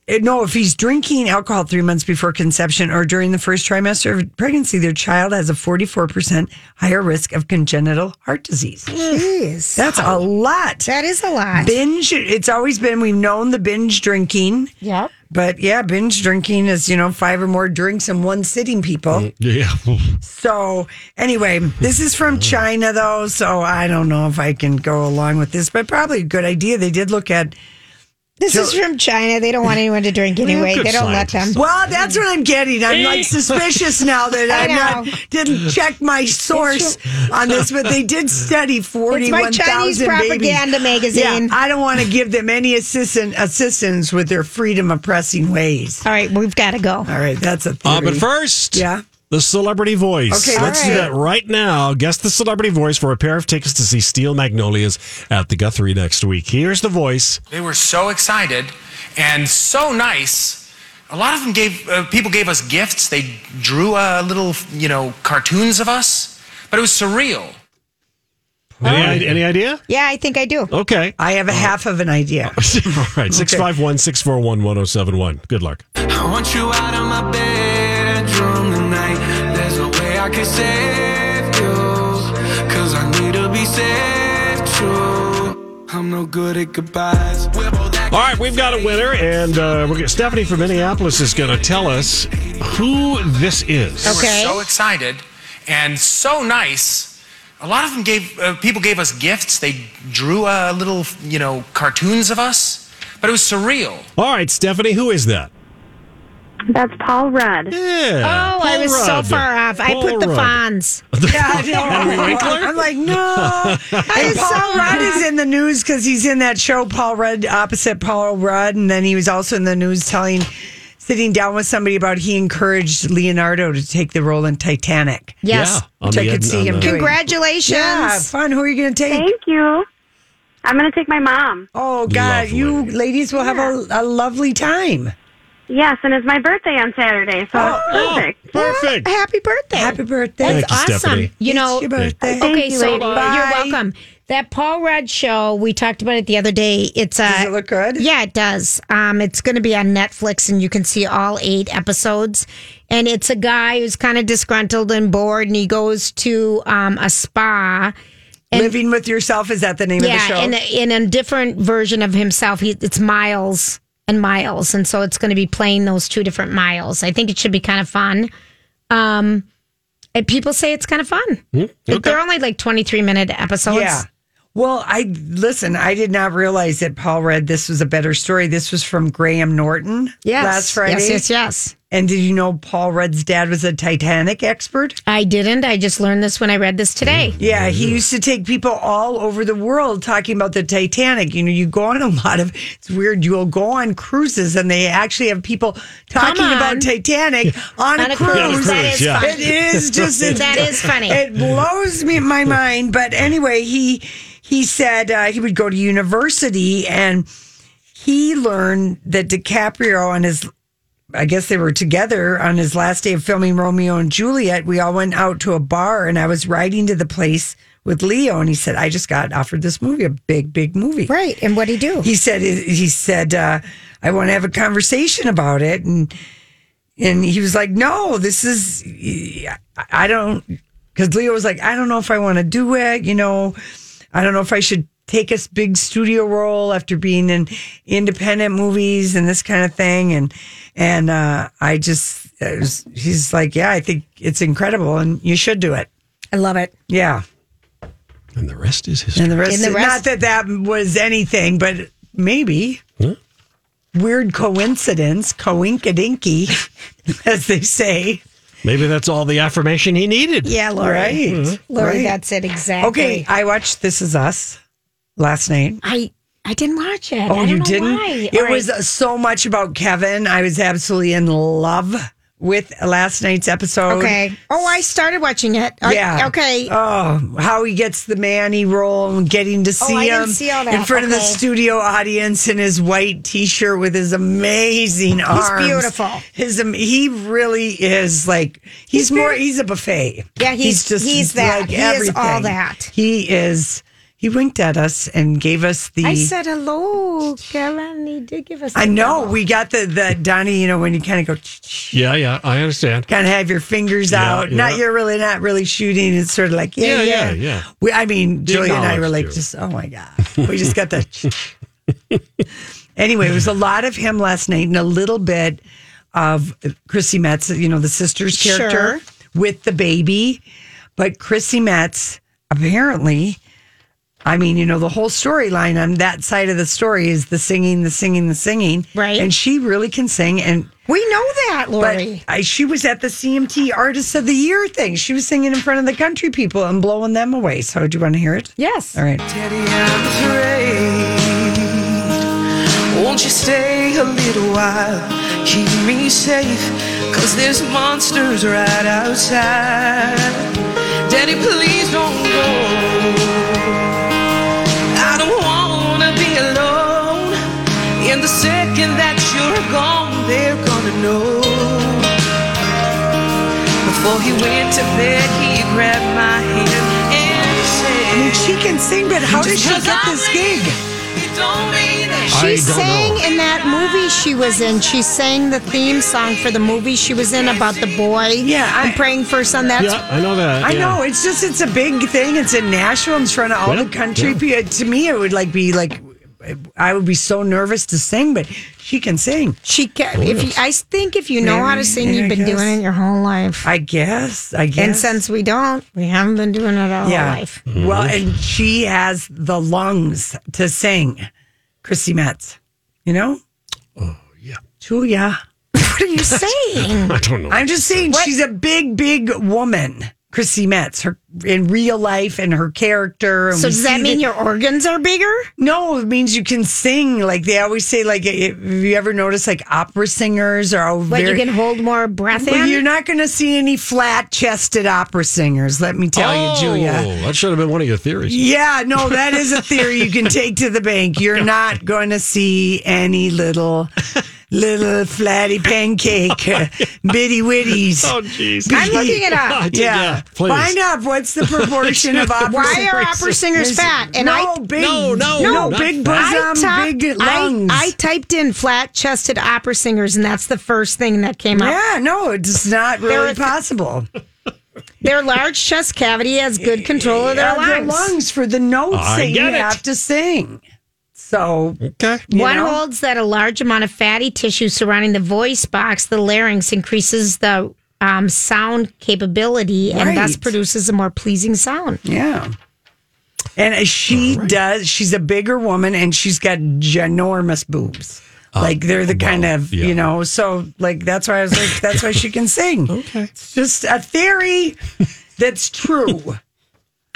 [SPEAKER 2] uh, no, if he's drinking alcohol three months before conception or during the first trimester of pregnancy, their child has a 44% higher risk of congenital heart disease.
[SPEAKER 3] Jeez.
[SPEAKER 2] That's a lot.
[SPEAKER 3] That is a lot.
[SPEAKER 2] Binge, it's always been, we've known the binge drinking.
[SPEAKER 3] Yep.
[SPEAKER 2] But yeah, binge drinking is, you know, five or more drinks in one sitting, people.
[SPEAKER 1] Yeah.
[SPEAKER 2] So, anyway, this is from China, though. So, I don't know if I can go along with this, but probably a good idea. They did look at,
[SPEAKER 3] This is from China. They don't want anyone to drink anyway.
[SPEAKER 1] good
[SPEAKER 3] They don't let them.
[SPEAKER 1] scientists.
[SPEAKER 2] well, that's what I'm getting. I'm like suspicious now that
[SPEAKER 3] I
[SPEAKER 2] I'm
[SPEAKER 3] know.
[SPEAKER 2] not, didn't check my source on this, but they did study
[SPEAKER 3] It's my Chinese
[SPEAKER 2] 41,000 babies.
[SPEAKER 3] propaganda magazine.
[SPEAKER 2] Yeah, I don't want to give them any assistant, assistance with their freedom oppressing ways.
[SPEAKER 3] All right, we've got to go.
[SPEAKER 2] All right, that's a theory.
[SPEAKER 1] Uh, but first,
[SPEAKER 2] Yeah.
[SPEAKER 1] the celebrity voice.
[SPEAKER 2] Okay,
[SPEAKER 1] let's do
[SPEAKER 2] all right.
[SPEAKER 1] that right now. Guess the celebrity voice for a pair of tickets to see Steel Magnolias at the Guthrie next week. Here's the voice.
[SPEAKER 11] They were so excited and so nice. A lot of them gave, uh, people gave us gifts. They drew uh, little, you know, cartoons of us, but it was surreal.
[SPEAKER 1] Any, any idea?
[SPEAKER 3] Yeah, I think I do.
[SPEAKER 1] Okay.
[SPEAKER 2] I have a half of an idea.
[SPEAKER 1] All right, 651 641 1071. Good luck.
[SPEAKER 11] I want you out of my bedroom tonight. There's a way I can save you. Cause I need to be saved true. I'm no good at goodbyes. We're both
[SPEAKER 1] All right, we've got a winner, and uh, we're gonna, Stephanie from Minneapolis is going to tell us who this is.
[SPEAKER 11] They
[SPEAKER 3] Okay.
[SPEAKER 11] were so excited and so nice. A lot of them gave uh, people gave us gifts. They drew uh, little, you know, cartoons of us, but it was surreal.
[SPEAKER 1] All right, Stephanie, who is that?
[SPEAKER 12] That's Paul Rudd.
[SPEAKER 1] Yeah.
[SPEAKER 3] Oh, I was so far off. I put the Fonz.
[SPEAKER 2] Yeah, I know.
[SPEAKER 1] Henry Winkler?
[SPEAKER 2] I'm like, no. and Paul Rudd is in the news because he's in that show, Paul Rudd, opposite Paul Rudd. And then he was also in the news telling, sitting down with somebody about he encouraged Leonardo to take the role in Titanic.
[SPEAKER 3] Yes.
[SPEAKER 1] Yeah, Uh, on
[SPEAKER 2] Which I
[SPEAKER 1] the
[SPEAKER 2] could
[SPEAKER 1] end-
[SPEAKER 2] see
[SPEAKER 1] on
[SPEAKER 2] him
[SPEAKER 1] the-
[SPEAKER 2] doing.
[SPEAKER 3] Congratulations.
[SPEAKER 2] Yeah, fun. Who are you going to take?
[SPEAKER 12] Thank you. I'm going to take my mom.
[SPEAKER 2] Oh, God. You ladies will have a, a lovely time. Oh,
[SPEAKER 12] Yes, and it's my birthday on Saturday, so it's perfect.
[SPEAKER 1] oh, Perfect.
[SPEAKER 3] Happy birthday.
[SPEAKER 2] Happy birthday.
[SPEAKER 3] That's
[SPEAKER 1] Thank you,
[SPEAKER 3] awesome.
[SPEAKER 1] Stephanie.
[SPEAKER 3] You know,
[SPEAKER 2] It's your birthday.
[SPEAKER 3] okay,
[SPEAKER 12] Thank you,
[SPEAKER 3] so
[SPEAKER 12] ladies.
[SPEAKER 3] you're welcome. That Paul Rudd show we talked about it the other day. It's uh,
[SPEAKER 2] Does it look good?
[SPEAKER 3] yeah, it does. Um, it's going to be on Netflix, and you can see all eight episodes. And it's a guy who's kind of disgruntled and bored, and he goes to um, a spa. And-
[SPEAKER 2] Living with yourself is that the name of the show?
[SPEAKER 3] yeah, in a, in a different version of himself, he, it's Miles and Miles, and so it's going to be playing those two different Miles. I think it should be kind of fun. Um, and people say it's kind of fun.
[SPEAKER 2] Hmm,
[SPEAKER 3] Like, They're only like twenty three minute episodes.
[SPEAKER 2] Yeah. Well, I listen. I did not realize that Paul read this was a better story. This was from Graham Norton
[SPEAKER 3] Yes.
[SPEAKER 2] last Friday.
[SPEAKER 3] Yes, yes, yes.
[SPEAKER 2] And did you know Paul Rudd's dad was a Titanic expert?
[SPEAKER 3] I didn't. I just learned this when I read this today.
[SPEAKER 2] Yeah, he used to take people all over the world talking about the Titanic. You know, you go on a lot of it's weird. You'll go on cruises and they actually have people talking
[SPEAKER 3] Come on.
[SPEAKER 2] about Titanic on,
[SPEAKER 3] On
[SPEAKER 2] a,
[SPEAKER 3] a cruise.
[SPEAKER 2] cruise.
[SPEAKER 3] That is
[SPEAKER 1] yeah.
[SPEAKER 3] funny.
[SPEAKER 2] It is just it-
[SPEAKER 3] That is funny.
[SPEAKER 2] It blows me my mind. But anyway, he he said uh, he would go to university and he learned that DiCaprio on his I guess they were together on his last day of filming Romeo and Juliet. We all went out to a bar and I was riding to the place with Leo and he said, I just got offered this movie, a big, big movie.
[SPEAKER 3] Right. And what do you do?
[SPEAKER 2] He said he said, uh, I want to have a conversation about it and and he was like, No, this is I don't because Leo was like, I don't know if I want to do it, you know, I don't know if I should take a s- big studio role after being in independent movies and this kind of thing and and uh I just it was, he's like, yeah, I think it's incredible and you should do it.
[SPEAKER 3] I love it.
[SPEAKER 2] Yeah.
[SPEAKER 1] And the rest is history.
[SPEAKER 2] And the rest,
[SPEAKER 3] And the rest-
[SPEAKER 2] not that that was anything, but maybe weird coincidence, coinkadinky, as they say.
[SPEAKER 1] Maybe that's all the affirmation he needed.
[SPEAKER 3] Yeah, Lori.
[SPEAKER 2] Right.
[SPEAKER 3] Lori,
[SPEAKER 2] Right.
[SPEAKER 3] that's it exactly.
[SPEAKER 2] Okay, I watched This Is Us last night.
[SPEAKER 3] I I didn't watch it. I
[SPEAKER 2] Oh,
[SPEAKER 3] don't
[SPEAKER 2] you
[SPEAKER 3] know
[SPEAKER 2] didn't?
[SPEAKER 3] why.
[SPEAKER 2] It
[SPEAKER 3] All
[SPEAKER 2] was uh,
[SPEAKER 3] right.
[SPEAKER 2] so much about Kevin. I was absolutely in love with last night's episode.
[SPEAKER 3] okay. Oh, I started watching it. All right,
[SPEAKER 2] Yeah.
[SPEAKER 3] Okay.
[SPEAKER 2] Oh, how he gets the Manny role and getting to see
[SPEAKER 3] Oh, I
[SPEAKER 2] him
[SPEAKER 3] didn't see all that.
[SPEAKER 2] in front of the
[SPEAKER 3] Okay.
[SPEAKER 2] studio audience in his white T-shirt with his amazing arms.
[SPEAKER 3] beautiful.
[SPEAKER 2] His am- he really is like he's, more. He's a buffet.
[SPEAKER 3] Yeah, he's- he's that. He is all that.
[SPEAKER 2] He is. He winked at us and gave us the.
[SPEAKER 3] I said hello, Kevin. He did give us.
[SPEAKER 2] I
[SPEAKER 3] a
[SPEAKER 2] know
[SPEAKER 3] double.
[SPEAKER 2] we got the the Donnie. You know when you kind of go.
[SPEAKER 1] Yeah, yeah, I understand.
[SPEAKER 2] kind of have your fingers
[SPEAKER 1] Yeah,
[SPEAKER 2] out. Not
[SPEAKER 1] yeah.
[SPEAKER 2] you're really not really shooting. It's sort of like yeah,
[SPEAKER 1] Yeah,
[SPEAKER 2] yeah,
[SPEAKER 1] yeah, yeah.
[SPEAKER 2] We, I mean, Julia and I were like,
[SPEAKER 1] Acknowledged you.
[SPEAKER 2] just oh my god, we just got that. anyway, it was a lot of him last night and a little bit of Chrissy Metz, you know, the sister's character
[SPEAKER 3] Sure.
[SPEAKER 2] with the baby, but Chrissy Metz apparently. I mean, you know, the whole storyline on that side of the story is the singing, the singing, the singing.
[SPEAKER 3] Right.
[SPEAKER 2] And she really can sing. And
[SPEAKER 3] we know that, Lori.
[SPEAKER 2] but I, she was at the CMT Artist of the Year thing. She was singing in front of the country people and blowing them away. So, do you want to hear it?
[SPEAKER 3] yes.
[SPEAKER 2] All right.
[SPEAKER 11] Teddy, I'm afraid. Won't you stay a little while? Keep me safe, cause there's monsters right outside. Daddy, please don't go. I don't wanna be alone. In the second that you're gone, they're gonna know. Before he went to bed, he grabbed my hand and said,
[SPEAKER 2] I mean, she can sing, but how did she get this gig?
[SPEAKER 3] She
[SPEAKER 1] I don't
[SPEAKER 3] sang
[SPEAKER 1] know.
[SPEAKER 3] in that movie she was in. She sang the theme song for the movie she was in about the boy.
[SPEAKER 2] Yeah, I-
[SPEAKER 3] and praying for son. That's
[SPEAKER 1] Yeah, I know that.
[SPEAKER 2] I
[SPEAKER 1] yeah.
[SPEAKER 2] know. It's just, it's a big thing. It's in Nashville in front of all
[SPEAKER 1] Yeah,
[SPEAKER 2] the country
[SPEAKER 1] yeah.
[SPEAKER 2] people. To me, it would like be like, I would be so nervous to sing, but she can sing.
[SPEAKER 3] she. Ca- if you, I think if you know how to sing,
[SPEAKER 2] Yeah,
[SPEAKER 3] you've
[SPEAKER 2] I
[SPEAKER 3] been doing
[SPEAKER 2] guess.
[SPEAKER 3] it your whole life.
[SPEAKER 2] I guess. I guess.
[SPEAKER 3] And since we don't, we haven't been doing it our whole life.
[SPEAKER 1] Mm-hmm.
[SPEAKER 2] Well, and she has the lungs to sing, Chrissy Metz. You know? Oh, yeah. Julia.
[SPEAKER 3] fuck are you saying?
[SPEAKER 1] I don't know.
[SPEAKER 2] I'm just saying she's a big, big woman. Chrissy Metz, her in real life and her character. and
[SPEAKER 3] So
[SPEAKER 2] we
[SPEAKER 3] does that
[SPEAKER 2] see
[SPEAKER 3] mean your organs are bigger?
[SPEAKER 2] No, it means you can sing. Like they always say, like if you ever notice, like opera singers are all
[SPEAKER 3] What, you
[SPEAKER 2] very-
[SPEAKER 3] can hold more breath
[SPEAKER 2] Well,
[SPEAKER 3] in?
[SPEAKER 2] you're not going to see any flat-chested opera singers. Let me tell you, Julia.
[SPEAKER 1] Oh, that should have been one of your theories.
[SPEAKER 2] Yeah, no, that is a theory you can take to the bank. You're not going to see any little, little flatty pancake,
[SPEAKER 3] Oh,
[SPEAKER 2] uh, bitty witties.
[SPEAKER 1] Oh, jeez.
[SPEAKER 2] Bitty-
[SPEAKER 3] I'm looking it up.
[SPEAKER 2] Yeah,
[SPEAKER 1] Yeah, please.
[SPEAKER 2] find out what's the proportion of opera.
[SPEAKER 3] Why are opera singers fat?
[SPEAKER 2] And no, big,
[SPEAKER 1] No, no,
[SPEAKER 2] no,
[SPEAKER 1] not
[SPEAKER 2] big
[SPEAKER 1] fat.
[SPEAKER 2] bosom,
[SPEAKER 3] typ-
[SPEAKER 2] big
[SPEAKER 3] Oh, I-
[SPEAKER 2] lungs.
[SPEAKER 3] I, typed in flat chested opera singers, and that's the first thing that came up.
[SPEAKER 2] yeah, no, it's not
[SPEAKER 3] There
[SPEAKER 2] really
[SPEAKER 3] is-
[SPEAKER 2] possible.
[SPEAKER 3] Their large chest cavity has good control of their
[SPEAKER 2] Are their
[SPEAKER 3] lungs.
[SPEAKER 2] lungs for the notes
[SPEAKER 1] I
[SPEAKER 2] that you
[SPEAKER 1] get it.
[SPEAKER 2] have to sing. So
[SPEAKER 1] Okay.
[SPEAKER 2] you
[SPEAKER 3] One
[SPEAKER 2] know?
[SPEAKER 3] holds that a large amount of fatty tissue surrounding the voice box, the larynx, increases the um, sound capability and thus
[SPEAKER 2] Right.
[SPEAKER 3] produces a more pleasing sound.
[SPEAKER 2] Yeah. And she does, she's a bigger woman and she's got ginormous boobs. like they're the kind
[SPEAKER 1] well,
[SPEAKER 2] of,
[SPEAKER 1] Uh, yeah.
[SPEAKER 2] you know, so like that's why I was like, that's why she can sing.
[SPEAKER 1] Okay.
[SPEAKER 2] It's just a theory that's true.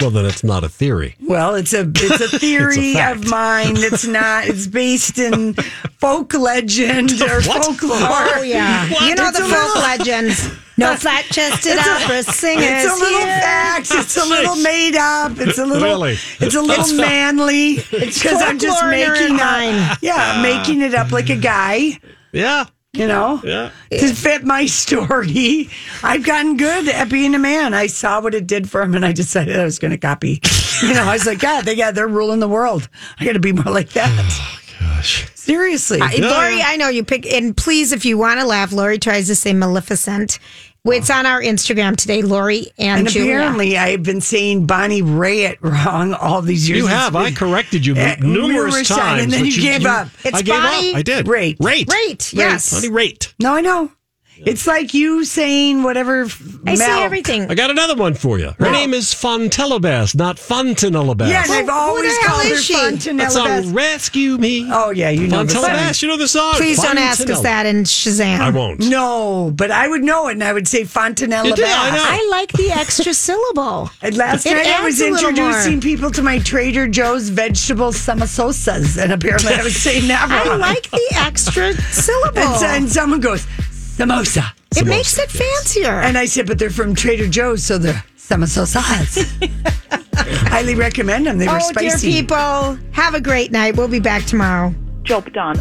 [SPEAKER 1] Well, then it's not a theory.
[SPEAKER 2] Well, it's a it's a theory
[SPEAKER 1] fact.
[SPEAKER 2] of mine that's not it's based in folk legend or
[SPEAKER 1] What?
[SPEAKER 2] folklore.
[SPEAKER 3] Oh yeah, you know
[SPEAKER 2] It's
[SPEAKER 3] the
[SPEAKER 2] a
[SPEAKER 3] folk
[SPEAKER 2] little-
[SPEAKER 3] legends. No flat chested
[SPEAKER 2] It's a-
[SPEAKER 3] opera singers.
[SPEAKER 2] It's a little
[SPEAKER 3] here.
[SPEAKER 2] fact. It's a little made up. It's a little.
[SPEAKER 1] Really?
[SPEAKER 2] It's a little manly. It's because I'm just
[SPEAKER 3] folklore in your
[SPEAKER 2] making
[SPEAKER 3] mind.
[SPEAKER 2] up.
[SPEAKER 1] Ah.
[SPEAKER 2] Yeah, making it up like a guy.
[SPEAKER 1] Yeah.
[SPEAKER 2] You know,
[SPEAKER 1] Yeah.
[SPEAKER 2] to fit my story. I've gotten good at being a man. I saw what it did for him, and I decided I was going to copy. You know, I was like, God, they got they're ruling the world. I got to be more like that.
[SPEAKER 1] Oh, Gosh.
[SPEAKER 2] Seriously,
[SPEAKER 3] I- Uh, Lori, I know you pick, and please, if you want to laugh, Lori tries to say Maleficent. It's on our Instagram today, Lori and,
[SPEAKER 2] And
[SPEAKER 3] Julia.
[SPEAKER 2] apparently, I've been saying Bonnie Raitt wrong all these years.
[SPEAKER 1] You
[SPEAKER 2] It's
[SPEAKER 1] have. I
[SPEAKER 2] been-
[SPEAKER 1] corrected you
[SPEAKER 2] Uh,
[SPEAKER 1] numerous
[SPEAKER 2] numerous
[SPEAKER 1] times.
[SPEAKER 2] time, and then
[SPEAKER 1] but
[SPEAKER 2] you gave up.
[SPEAKER 3] It's
[SPEAKER 1] I gave
[SPEAKER 3] Bonnie
[SPEAKER 1] up. I did.
[SPEAKER 2] Raitt.
[SPEAKER 1] Rate.
[SPEAKER 3] Great, yes.
[SPEAKER 1] Bonnie Rate.
[SPEAKER 2] No, I know. It's like you saying whatever. f-
[SPEAKER 3] I
[SPEAKER 2] Mel-
[SPEAKER 3] say everything.
[SPEAKER 1] I got another one for you. Her name is Fontelabas, not Fontanelabas.
[SPEAKER 2] Yeah, and I've
[SPEAKER 3] Well, who
[SPEAKER 2] always
[SPEAKER 3] the hell
[SPEAKER 2] called her
[SPEAKER 3] is she?
[SPEAKER 1] That song,
[SPEAKER 2] Fontanella.
[SPEAKER 1] Rescue Me.
[SPEAKER 2] Oh yeah, you know the song.
[SPEAKER 1] Fontelabas. You know the song.
[SPEAKER 3] Please don't ask us
[SPEAKER 1] Fontanella.
[SPEAKER 3] that in Shazam.
[SPEAKER 1] I won't.
[SPEAKER 2] No, but I would know it, and I would say Fontanella.
[SPEAKER 1] You did, I
[SPEAKER 2] Bass.
[SPEAKER 1] know.
[SPEAKER 3] I like the extra syllable.
[SPEAKER 2] And last
[SPEAKER 3] It
[SPEAKER 2] night I
[SPEAKER 3] adds
[SPEAKER 2] was
[SPEAKER 3] a little
[SPEAKER 2] introducing
[SPEAKER 3] more.
[SPEAKER 2] people to my Trader Joe's vegetable samosas, and apparently I was saying that wrong.
[SPEAKER 3] I like the extra syllable.
[SPEAKER 2] And, so- and someone goes samosa,
[SPEAKER 3] it makes it fancier.
[SPEAKER 2] and I said, but they're from Trader Joe's, so they're samosas. Highly recommend them. They were
[SPEAKER 3] oh,
[SPEAKER 2] spicy.
[SPEAKER 3] dear people, have a great night. We'll be back tomorrow.
[SPEAKER 12] Job done.